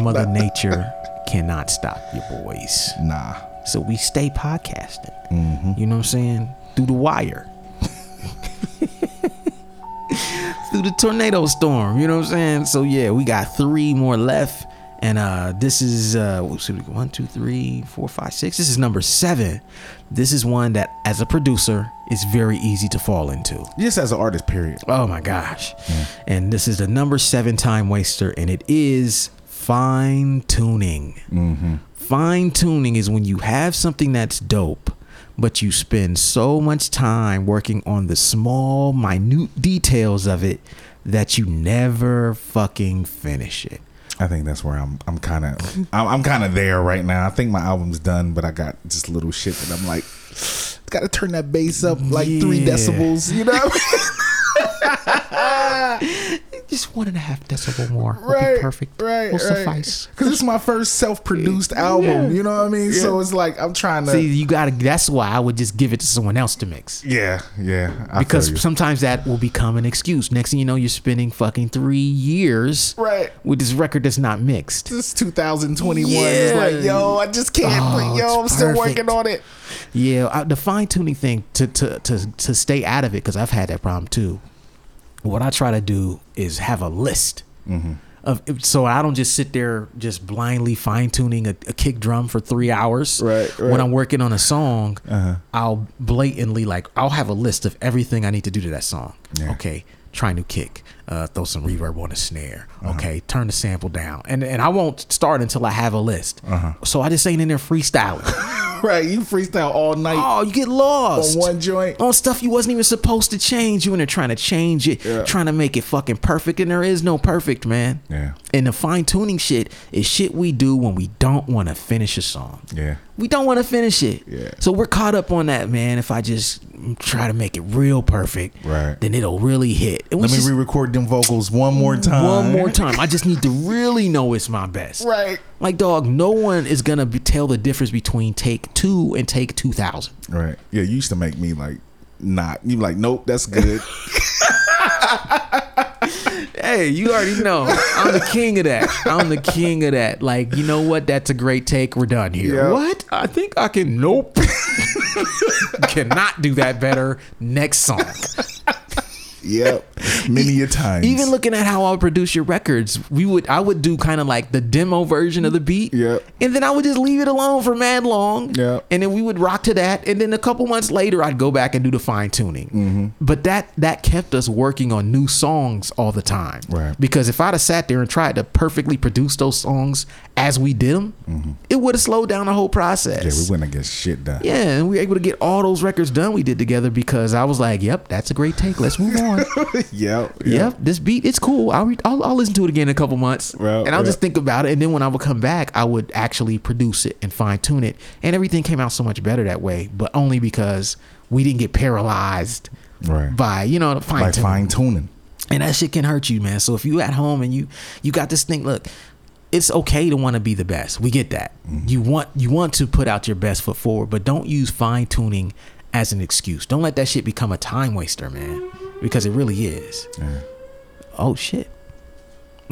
Speaker 1: Mother Nature cannot stop your boys.
Speaker 2: Nah.
Speaker 1: So we stay podcasting. You know what I'm saying? Through the wire. Through the tornado storm. You know what I'm saying? So yeah, we got three more left. And uh this is uh whoops, here we go. one, two, three, four, five, six. This is number seven. This is one that as a producer is very easy to fall into.
Speaker 2: Just as an artist, period.
Speaker 1: Oh my gosh. And this is the number seven time waster, and it is fine tuning.
Speaker 2: Mm-hmm.
Speaker 1: Fine tuning is when you have something that's dope, but you spend so much time working on the small, minute details of it that you never fucking finish it.
Speaker 2: I think that's where I'm. I'm kind of. I'm, I'm kind of there right now. I think my album's done, but I got just little shit that I'm like, got to turn that bass up like three
Speaker 1: Yeah.
Speaker 2: decibels. You know?
Speaker 1: Just one and a half decibel more would
Speaker 2: right.
Speaker 1: be perfect.
Speaker 2: Right.
Speaker 1: will
Speaker 2: right.
Speaker 1: suffice.
Speaker 2: Because it's my first self-produced album. You know what I mean? So it's like I'm trying to.
Speaker 1: See, you gotta. That's why I would just give it to someone else to mix.
Speaker 2: yeah. Yeah. I feel you.
Speaker 1: because sometimes that will become an excuse. Next thing you know, you're spending fucking three years
Speaker 2: Right.
Speaker 1: with this record that's not mixed.
Speaker 2: This 2021 is like,
Speaker 1: Yeah.
Speaker 2: yo, I just can't.
Speaker 1: Oh,
Speaker 2: yo, I'm
Speaker 1: it's
Speaker 2: still
Speaker 1: perfect.
Speaker 2: working on it.
Speaker 1: Yeah, I, the fine tuning thing to to to to stay out of it because I've had that problem too. What I try to do is have a list.
Speaker 2: Mm-hmm.
Speaker 1: Of, so I don't just sit there just blindly fine tuning a, a kick drum for three hours.
Speaker 2: Right,
Speaker 1: When
Speaker 2: right.
Speaker 1: I'm working on a song,
Speaker 2: Uh-huh.
Speaker 1: I'll blatantly like I'll have a list of everything I need to do to that song.
Speaker 2: Yeah.
Speaker 1: Okay, try new kick. Uh, throw some reverb on the snare.
Speaker 2: Uh-huh.
Speaker 1: Okay, turn the sample down, and and I won't start until I have a list.
Speaker 2: Uh-huh.
Speaker 1: So I just ain't in there freestyling.
Speaker 2: Right. You freestyle all night.
Speaker 1: Oh, you get lost
Speaker 2: On one joint.
Speaker 1: on stuff you wasn't even supposed to change. You in there trying to change it,
Speaker 2: Yeah.
Speaker 1: trying to make it fucking perfect, and there is no perfect, man.
Speaker 2: Yeah.
Speaker 1: And the fine tuning shit is shit we do when we don't want to finish a song.
Speaker 2: Yeah.
Speaker 1: We don't want to finish it.
Speaker 2: Yeah.
Speaker 1: So we're caught up on that, man. If I just try to make it real perfect,
Speaker 2: Right.
Speaker 1: then it'll really hit. And we
Speaker 2: Let me
Speaker 1: just-
Speaker 2: re-record them vocals one more time.
Speaker 1: one more time. I just need to really know it's my best.
Speaker 2: Right.
Speaker 1: Like, dog, no one is going to be, tell the difference between take two and take 2,000.
Speaker 2: Right. Yeah. You used to make me like not. You like, nope, that's good.
Speaker 1: Hey, you already know. I'm the king of that. I'm the king of that. Like, you know what? That's a great take. We're done here.
Speaker 2: Yeah.
Speaker 1: What? I think I can. Nope. Cannot do that better next song.
Speaker 2: yep. Many a times.
Speaker 1: Even looking at how I would produce your records, we would I would do kind of like the demo version of the beat.
Speaker 2: Yep.
Speaker 1: And then I would just leave it alone for mad long.
Speaker 2: Yep.
Speaker 1: And then we would rock to that. And then a couple months later I'd go back and do the fine tuning.
Speaker 2: Mm-hmm.
Speaker 1: But that that kept us working on new songs all the time.
Speaker 2: Right.
Speaker 1: Because if I'd have sat there and tried to perfectly produce those songs as we did them, it would have slowed down the whole process.
Speaker 2: Mm-hmm. Yeah, we wouldn't get shit done.
Speaker 1: Yeah, and we were able to get all those records done we did together because I was like, "Yep, that's a great take. Let's move on." on.
Speaker 2: Yeah.
Speaker 1: Yep, this beat it's cool. I'll, re- I'll I'll listen to it again in a couple months,
Speaker 2: Well,
Speaker 1: and I'll
Speaker 2: yeah.
Speaker 1: just think about it. And then when I would come back, I would actually produce it and fine tune it. And everything came out so much better that way, but only because we didn't get paralyzed
Speaker 2: Right.
Speaker 1: by you know fine
Speaker 2: Like
Speaker 1: tune.
Speaker 2: fine tuning.
Speaker 1: And that shit can hurt you, man. So if you at home and you you got this thing, look, it's okay to want to be the best. We get that.
Speaker 2: Mm-hmm.
Speaker 1: You want you want to put out your best foot forward, but don't use fine tuning as an excuse. Don't let that shit become a time waster, man, because it really is. Oh shit,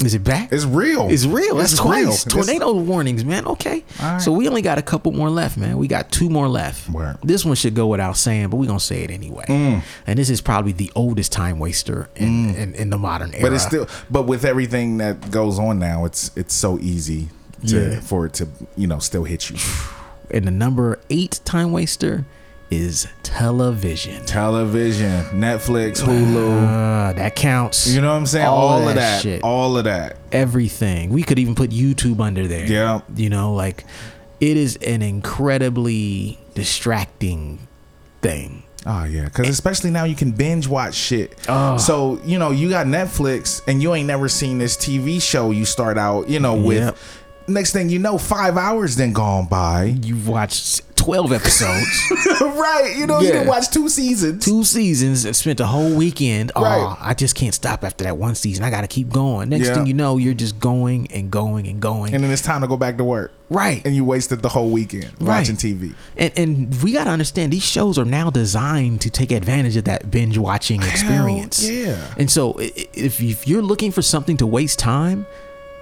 Speaker 1: is it back?
Speaker 2: It's real.
Speaker 1: It's real. That's
Speaker 2: It's real.
Speaker 1: twice.
Speaker 2: It's-
Speaker 1: Tornado warnings, man. Okay.
Speaker 2: All right.
Speaker 1: So we only got a couple more left, man. We got two more left.
Speaker 2: Word.
Speaker 1: This one should go without saying, but we're gonna say it anyway.
Speaker 2: Mm.
Speaker 1: And this is probably the oldest time waster in, in, in the modern era.
Speaker 2: But it's still. But with everything that goes on now, it's it's so easy to
Speaker 1: Yeah.
Speaker 2: for it to you know still hit you.
Speaker 1: and the number eight time waster is television.
Speaker 2: Television, Netflix, Hulu.
Speaker 1: Uh, that counts.
Speaker 2: You know what I'm saying? All, of that.
Speaker 1: shit.
Speaker 2: All of that.
Speaker 1: everything. We could even put YouTube under there.
Speaker 2: Yeah.
Speaker 1: You know, like it is an incredibly distracting thing.
Speaker 2: Oh yeah, because especially now you can binge watch shit. So you know you got Netflix and you ain't never seen this TV show you start out you know with.
Speaker 1: Yep.
Speaker 2: Next thing you know, five hours then gone by.
Speaker 1: You've watched 12 episodes,
Speaker 2: right? You know you
Speaker 1: Yeah.
Speaker 2: didn't watch two seasons.
Speaker 1: two seasons, and spent the whole weekend. Oh,
Speaker 2: Right.
Speaker 1: I just can't stop after that one season. I got to keep going. Next
Speaker 2: Yeah.
Speaker 1: thing you know, you're just going and going and going.
Speaker 2: and then it's time to go back to work.
Speaker 1: right.
Speaker 2: And you wasted the whole weekend
Speaker 1: Right.
Speaker 2: watching TV.
Speaker 1: And, and we got to understand these shows are now designed to take advantage of that binge watching experience.
Speaker 2: yeah.
Speaker 1: And so i- i- if, if you're looking for something to waste time,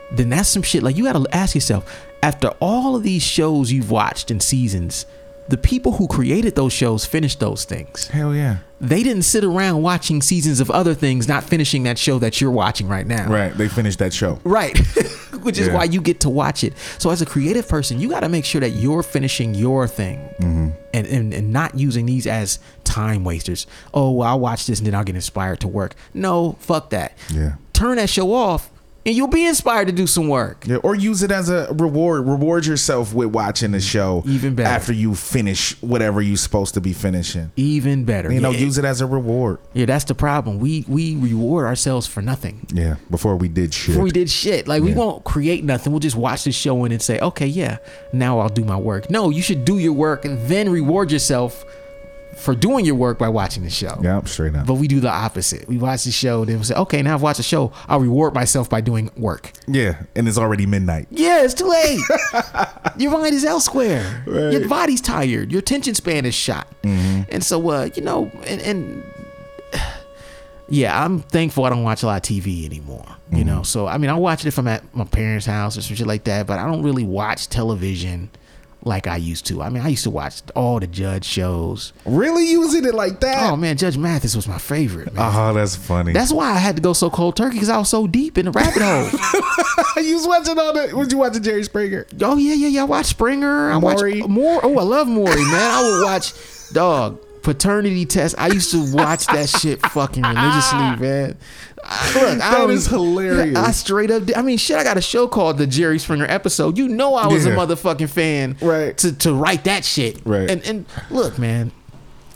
Speaker 1: then that's some shit. Like you got to ask yourself after all of these shows you've watched and seasons, the people who created those shows finished those things.
Speaker 2: Hell yeah.
Speaker 1: They didn't sit around watching seasons of other things, not finishing that show that you're watching right now.
Speaker 2: Right. They finished that show.
Speaker 1: Right. Which is
Speaker 2: Yeah.
Speaker 1: why you get to watch it. So as a creative person, you got to make sure that you're finishing your thing
Speaker 2: Mm-hmm.
Speaker 1: and, and and not using these as time wasters. Oh, well, I'll watch this and then I'll get inspired to work. No, fuck that.
Speaker 2: Yeah.
Speaker 1: Turn that show off and you'll be inspired to do some work.
Speaker 2: Yeah, or use it as a reward. Reward yourself with watching the show.
Speaker 1: Even better.
Speaker 2: After you finish whatever you're supposed to be finishing.
Speaker 1: Even better.
Speaker 2: You know,
Speaker 1: yeah,
Speaker 2: use it as a reward.
Speaker 1: yeah, that's the problem. We we reward ourselves for nothing.
Speaker 2: Yeah. Before we did shit.
Speaker 1: before we did shit. Like we
Speaker 2: Yeah.
Speaker 1: won't create nothing. We'll just watch the show and then say, okay, yeah, now I'll do my work. No, you should do your work and then reward yourself for doing your work by watching the show.
Speaker 2: Yep, straight up.
Speaker 1: But we do the opposite. We watch the show, then we say, okay, now I've watched the show. I'll reward myself by doing work.
Speaker 2: yeah, and it's already midnight.
Speaker 1: Yeah, it's too late. Your mind is elsewhere.
Speaker 2: Right.
Speaker 1: Your body's tired. Your attention span is shot. And so, uh, you know, and, and yeah, I'm thankful I don't watch a lot of TV anymore. You know, so I mean, I watch it if I'm at my parents' house or some shit like that, but I don't really watch television like I used to. I mean, I used to watch all the Judge shows.
Speaker 2: Really using it like that?
Speaker 1: Oh man, Judge Mathis was my favorite. Man.
Speaker 2: Oh, that's funny.
Speaker 1: That's why I had to go so cold turkey because I was so deep in the rabbit hole.
Speaker 2: you was watching all the was you watching Jerry Springer?
Speaker 1: Oh yeah, yeah, yeah. I watch Springer. I
Speaker 2: Maury.
Speaker 1: watch more. Oh, I love Maury, man. I would watch dog paternity test. I used to watch that shit fucking religiously, man. I- Look, I
Speaker 2: That
Speaker 1: don't-
Speaker 2: is hilarious.
Speaker 1: I straight up. I mean, shit. I got a show called the Jerry Springer episode. You know, I was
Speaker 2: Yeah.
Speaker 1: a motherfucking fan,
Speaker 2: Right.
Speaker 1: To to write that shit,
Speaker 2: Right.
Speaker 1: And and look, man.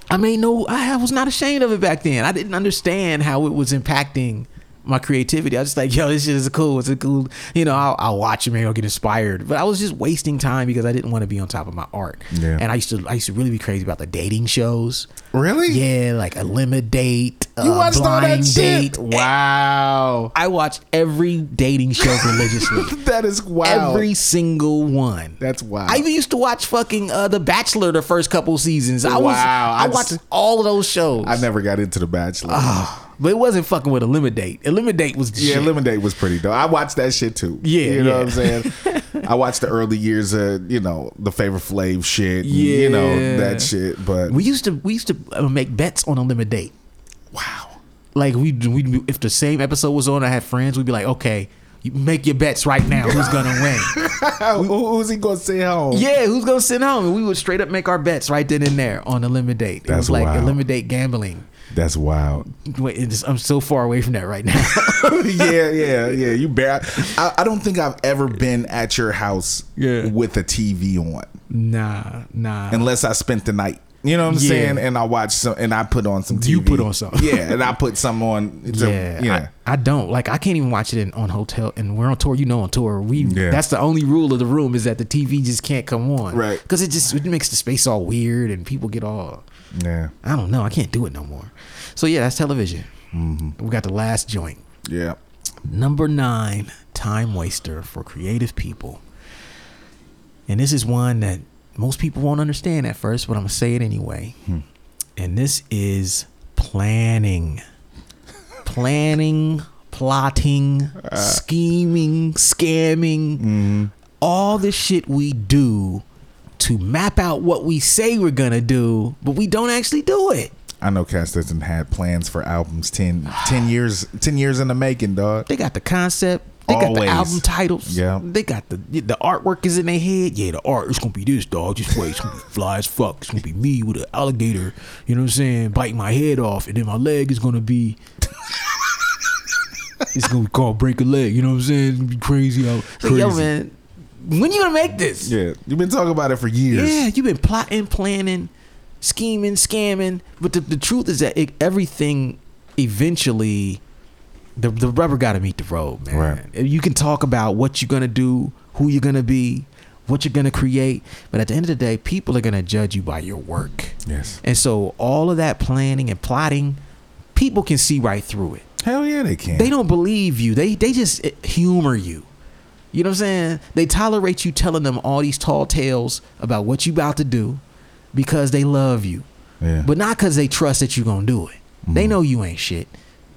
Speaker 1: I mean, no, I was not ashamed of it back then. I didn't understand how it was impacting my creativity. I was just like, yo, this shit is cool. It's a cool, you know, I'll, I'll watch it, maybe I'll get inspired. But I was just wasting time because I didn't want to be on top of my art.
Speaker 2: Yeah.
Speaker 1: And I used to, I used to really be crazy about the dating shows.
Speaker 2: Really?
Speaker 1: Yeah, like a limit date,
Speaker 2: You
Speaker 1: uh,
Speaker 2: watched all
Speaker 1: blind
Speaker 2: that shit.
Speaker 1: date.
Speaker 2: Wow.
Speaker 1: I watched every dating show religiously.
Speaker 2: That is wow.
Speaker 1: Every single one.
Speaker 2: That's wow.
Speaker 1: I even used to watch fucking uh, The Bachelor the first couple seasons. I was
Speaker 2: Wow,
Speaker 1: I
Speaker 2: I'd
Speaker 1: watched
Speaker 2: s-
Speaker 1: all of those shows.
Speaker 2: I never got into The Bachelor.
Speaker 1: But it wasn't fucking with Eliminate. Eliminate was the Uh,
Speaker 2: Yeah,
Speaker 1: shit.
Speaker 2: Lemonade was pretty dope. I watched that shit too.
Speaker 1: Yeah,
Speaker 2: you know
Speaker 1: yeah.
Speaker 2: what I'm saying. I watched the early years of you know the favorite Flav shit. and, you
Speaker 1: Yeah.
Speaker 2: know that shit. But
Speaker 1: we used to we used to uh, make bets on Eliminate.
Speaker 2: wow,
Speaker 1: Like we we if the same episode was on, I had friends. We'd be like, okay, you make your bets right now. Who's gonna win?
Speaker 2: Who- who, who's he gonna say home?
Speaker 1: yeah, who's gonna send home? And we would straight up make our bets right then and there on Eliminate. It was
Speaker 2: That's
Speaker 1: like
Speaker 2: wild.
Speaker 1: Eliminate gambling.
Speaker 2: That's wild.
Speaker 1: Wait, it's- I'm so far away from that right now.
Speaker 2: yeah, yeah, yeah. You bear. I, I don't think I've ever been at your house
Speaker 1: Yeah.
Speaker 2: with a TV on
Speaker 1: nah, nah.
Speaker 2: unless I spent the night. You know what I'm
Speaker 1: Yeah.
Speaker 2: saying? And I watch some, and I put on some TV.
Speaker 1: You put on something.
Speaker 2: yeah, and I put some on. to-
Speaker 1: yeah,
Speaker 2: yeah.
Speaker 1: I, I don't like. I can't even watch it in, on hotel, and we're on tour. You know, on tour, we
Speaker 2: Yeah.
Speaker 1: that's the only rule of the room is that the TV just can't come on,
Speaker 2: Right.
Speaker 1: Because it just it makes the space all weird, and people get all
Speaker 2: yeah,
Speaker 1: I don't know. I can't do it no more. So yeah, that's television.
Speaker 2: Mm-hmm.
Speaker 1: We got the last joint,
Speaker 2: yeah.
Speaker 1: number nine, time waster for creative people, and this is one that most people won't understand at first, but I'm gonna say it anyway. And this is planning planning, plotting, scheming, scamming, all the shit we do to map out what we say we're gonna do, but we don't actually do it.
Speaker 2: I know Cass doesn't had plans for albums 10, 10 years, ten years in the making, dog.
Speaker 1: They got the concept. They got the
Speaker 2: Always.
Speaker 1: album titles.
Speaker 2: Yeah.
Speaker 1: They got the the artwork is in their head. Yeah, the art is gonna be this dog. Just wait, it's gonna be fly as fuck. It's gonna be me with an alligator. You know what I'm saying? Biting my head off, and then my leg is gonna be. it's gonna be called break a leg. You know what I'm saying? It's gonna be crazy. Out,
Speaker 4: Like,
Speaker 1: Yo,
Speaker 4: Crazy.
Speaker 1: man, when you gonna make this?
Speaker 2: Yeah, you've been talking about it for years.
Speaker 1: Yeah, you've been plotting, planning, scheming, scamming. But the, the truth is that it, everything eventually, the, the rubber got to meet the road, man.
Speaker 2: Right.
Speaker 1: You can talk about what you're going to do, who you're going to be, what you're going to create. But at the end of the day, people are going to judge you by your work.
Speaker 2: Yes.
Speaker 1: And so all of that planning and plotting, people can see right through it
Speaker 2: Hell yeah, they can.
Speaker 1: they don't believe you. They they just humor you. You know what I'm saying? They tolerate you telling them all these tall tales about what you about to do because they love you.
Speaker 2: Yeah.
Speaker 1: But not cuz they trust that you going to do it.
Speaker 2: Mm-hmm.
Speaker 1: They know you ain't shit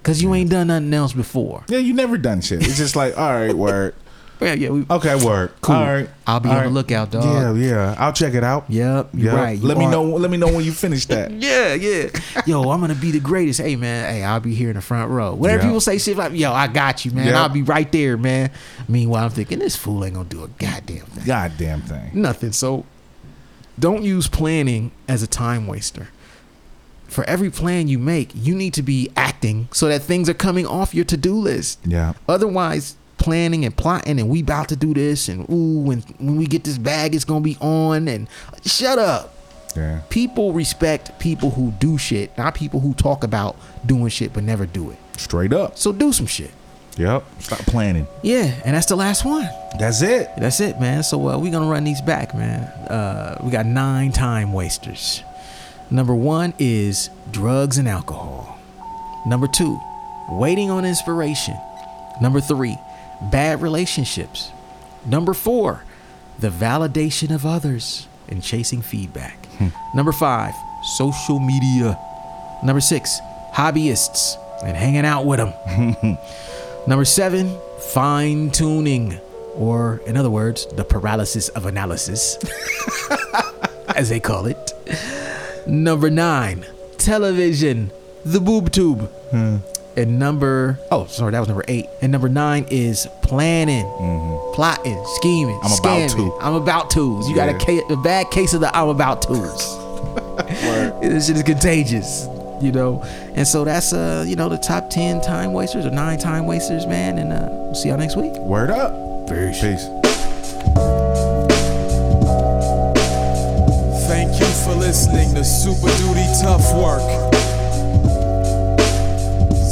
Speaker 1: cuz you ain't done nothing else before.
Speaker 2: yeah, you never done shit. It's just like, all right, word.
Speaker 1: Yeah, yeah, we
Speaker 2: Okay, word.
Speaker 1: Cool.
Speaker 2: All right.
Speaker 1: I'll be
Speaker 2: All
Speaker 1: on the
Speaker 2: right.
Speaker 1: lookout, dog.
Speaker 2: Yeah, yeah. I'll check it out.
Speaker 1: Yep, you're
Speaker 2: Yeah.
Speaker 1: right. You
Speaker 2: let me
Speaker 1: are-
Speaker 2: know. Let me know when you finish that.
Speaker 1: Yeah, yeah. Yo, I'm gonna be the greatest. Hey, man. Hey, I'll be here in the front row. Whenever
Speaker 2: Yeah.
Speaker 1: people say shit like, "Yo, I got you, man.
Speaker 2: Yeah.
Speaker 1: I'll be right there, man." Meanwhile, I'm thinking this fool ain't gonna do a goddamn thing.
Speaker 2: Goddamn thing.
Speaker 1: nothing. So don't use planning as a time waster. For every plan you make, you need to be acting so that things are coming off your to-do list.
Speaker 2: Yeah.
Speaker 1: Otherwise, planning and plotting and we about to do this and ooh, when when we get this bag, it's gonna be on and shut up.
Speaker 2: Yeah.
Speaker 1: People respect people who do shit, not people who talk about doing shit but never do it.
Speaker 2: Straight up.
Speaker 1: So do some shit.
Speaker 2: Yep. Stop planning.
Speaker 1: Yeah, and that's the last one.
Speaker 2: That's it.
Speaker 1: That's it, man. So uh, we're gonna run these back, man. Uh, we got nine time wasters. Number one is drugs and alcohol. Number two, waiting on inspiration. Number three, bad relationships. Number four, the validation of others and chasing feedback. Number five, social media. Number six, hobbyists and hanging out with them. Number seven, fine tuning, or in other words, the paralysis of analysis, as they call it. Number nine, television, the boob tube.
Speaker 2: Hmm.
Speaker 1: And number, oh, sorry, that was number eight. And number nine is planning, plotting, scheming.
Speaker 2: Mm-hmm. I'm about
Speaker 1: scamming.
Speaker 2: to.
Speaker 1: I'm about tos. You got a,
Speaker 2: Yeah.
Speaker 1: ca- a bad case of the I'm about tos. this shit is contagious, you know. And so that's uh, you know, the top ten time wasters or nine time wasters, man. And uh, we'll see y'all next week.
Speaker 2: Word up. Peace. Peace.
Speaker 5: Thank you for listening to Super Duty Tough Work.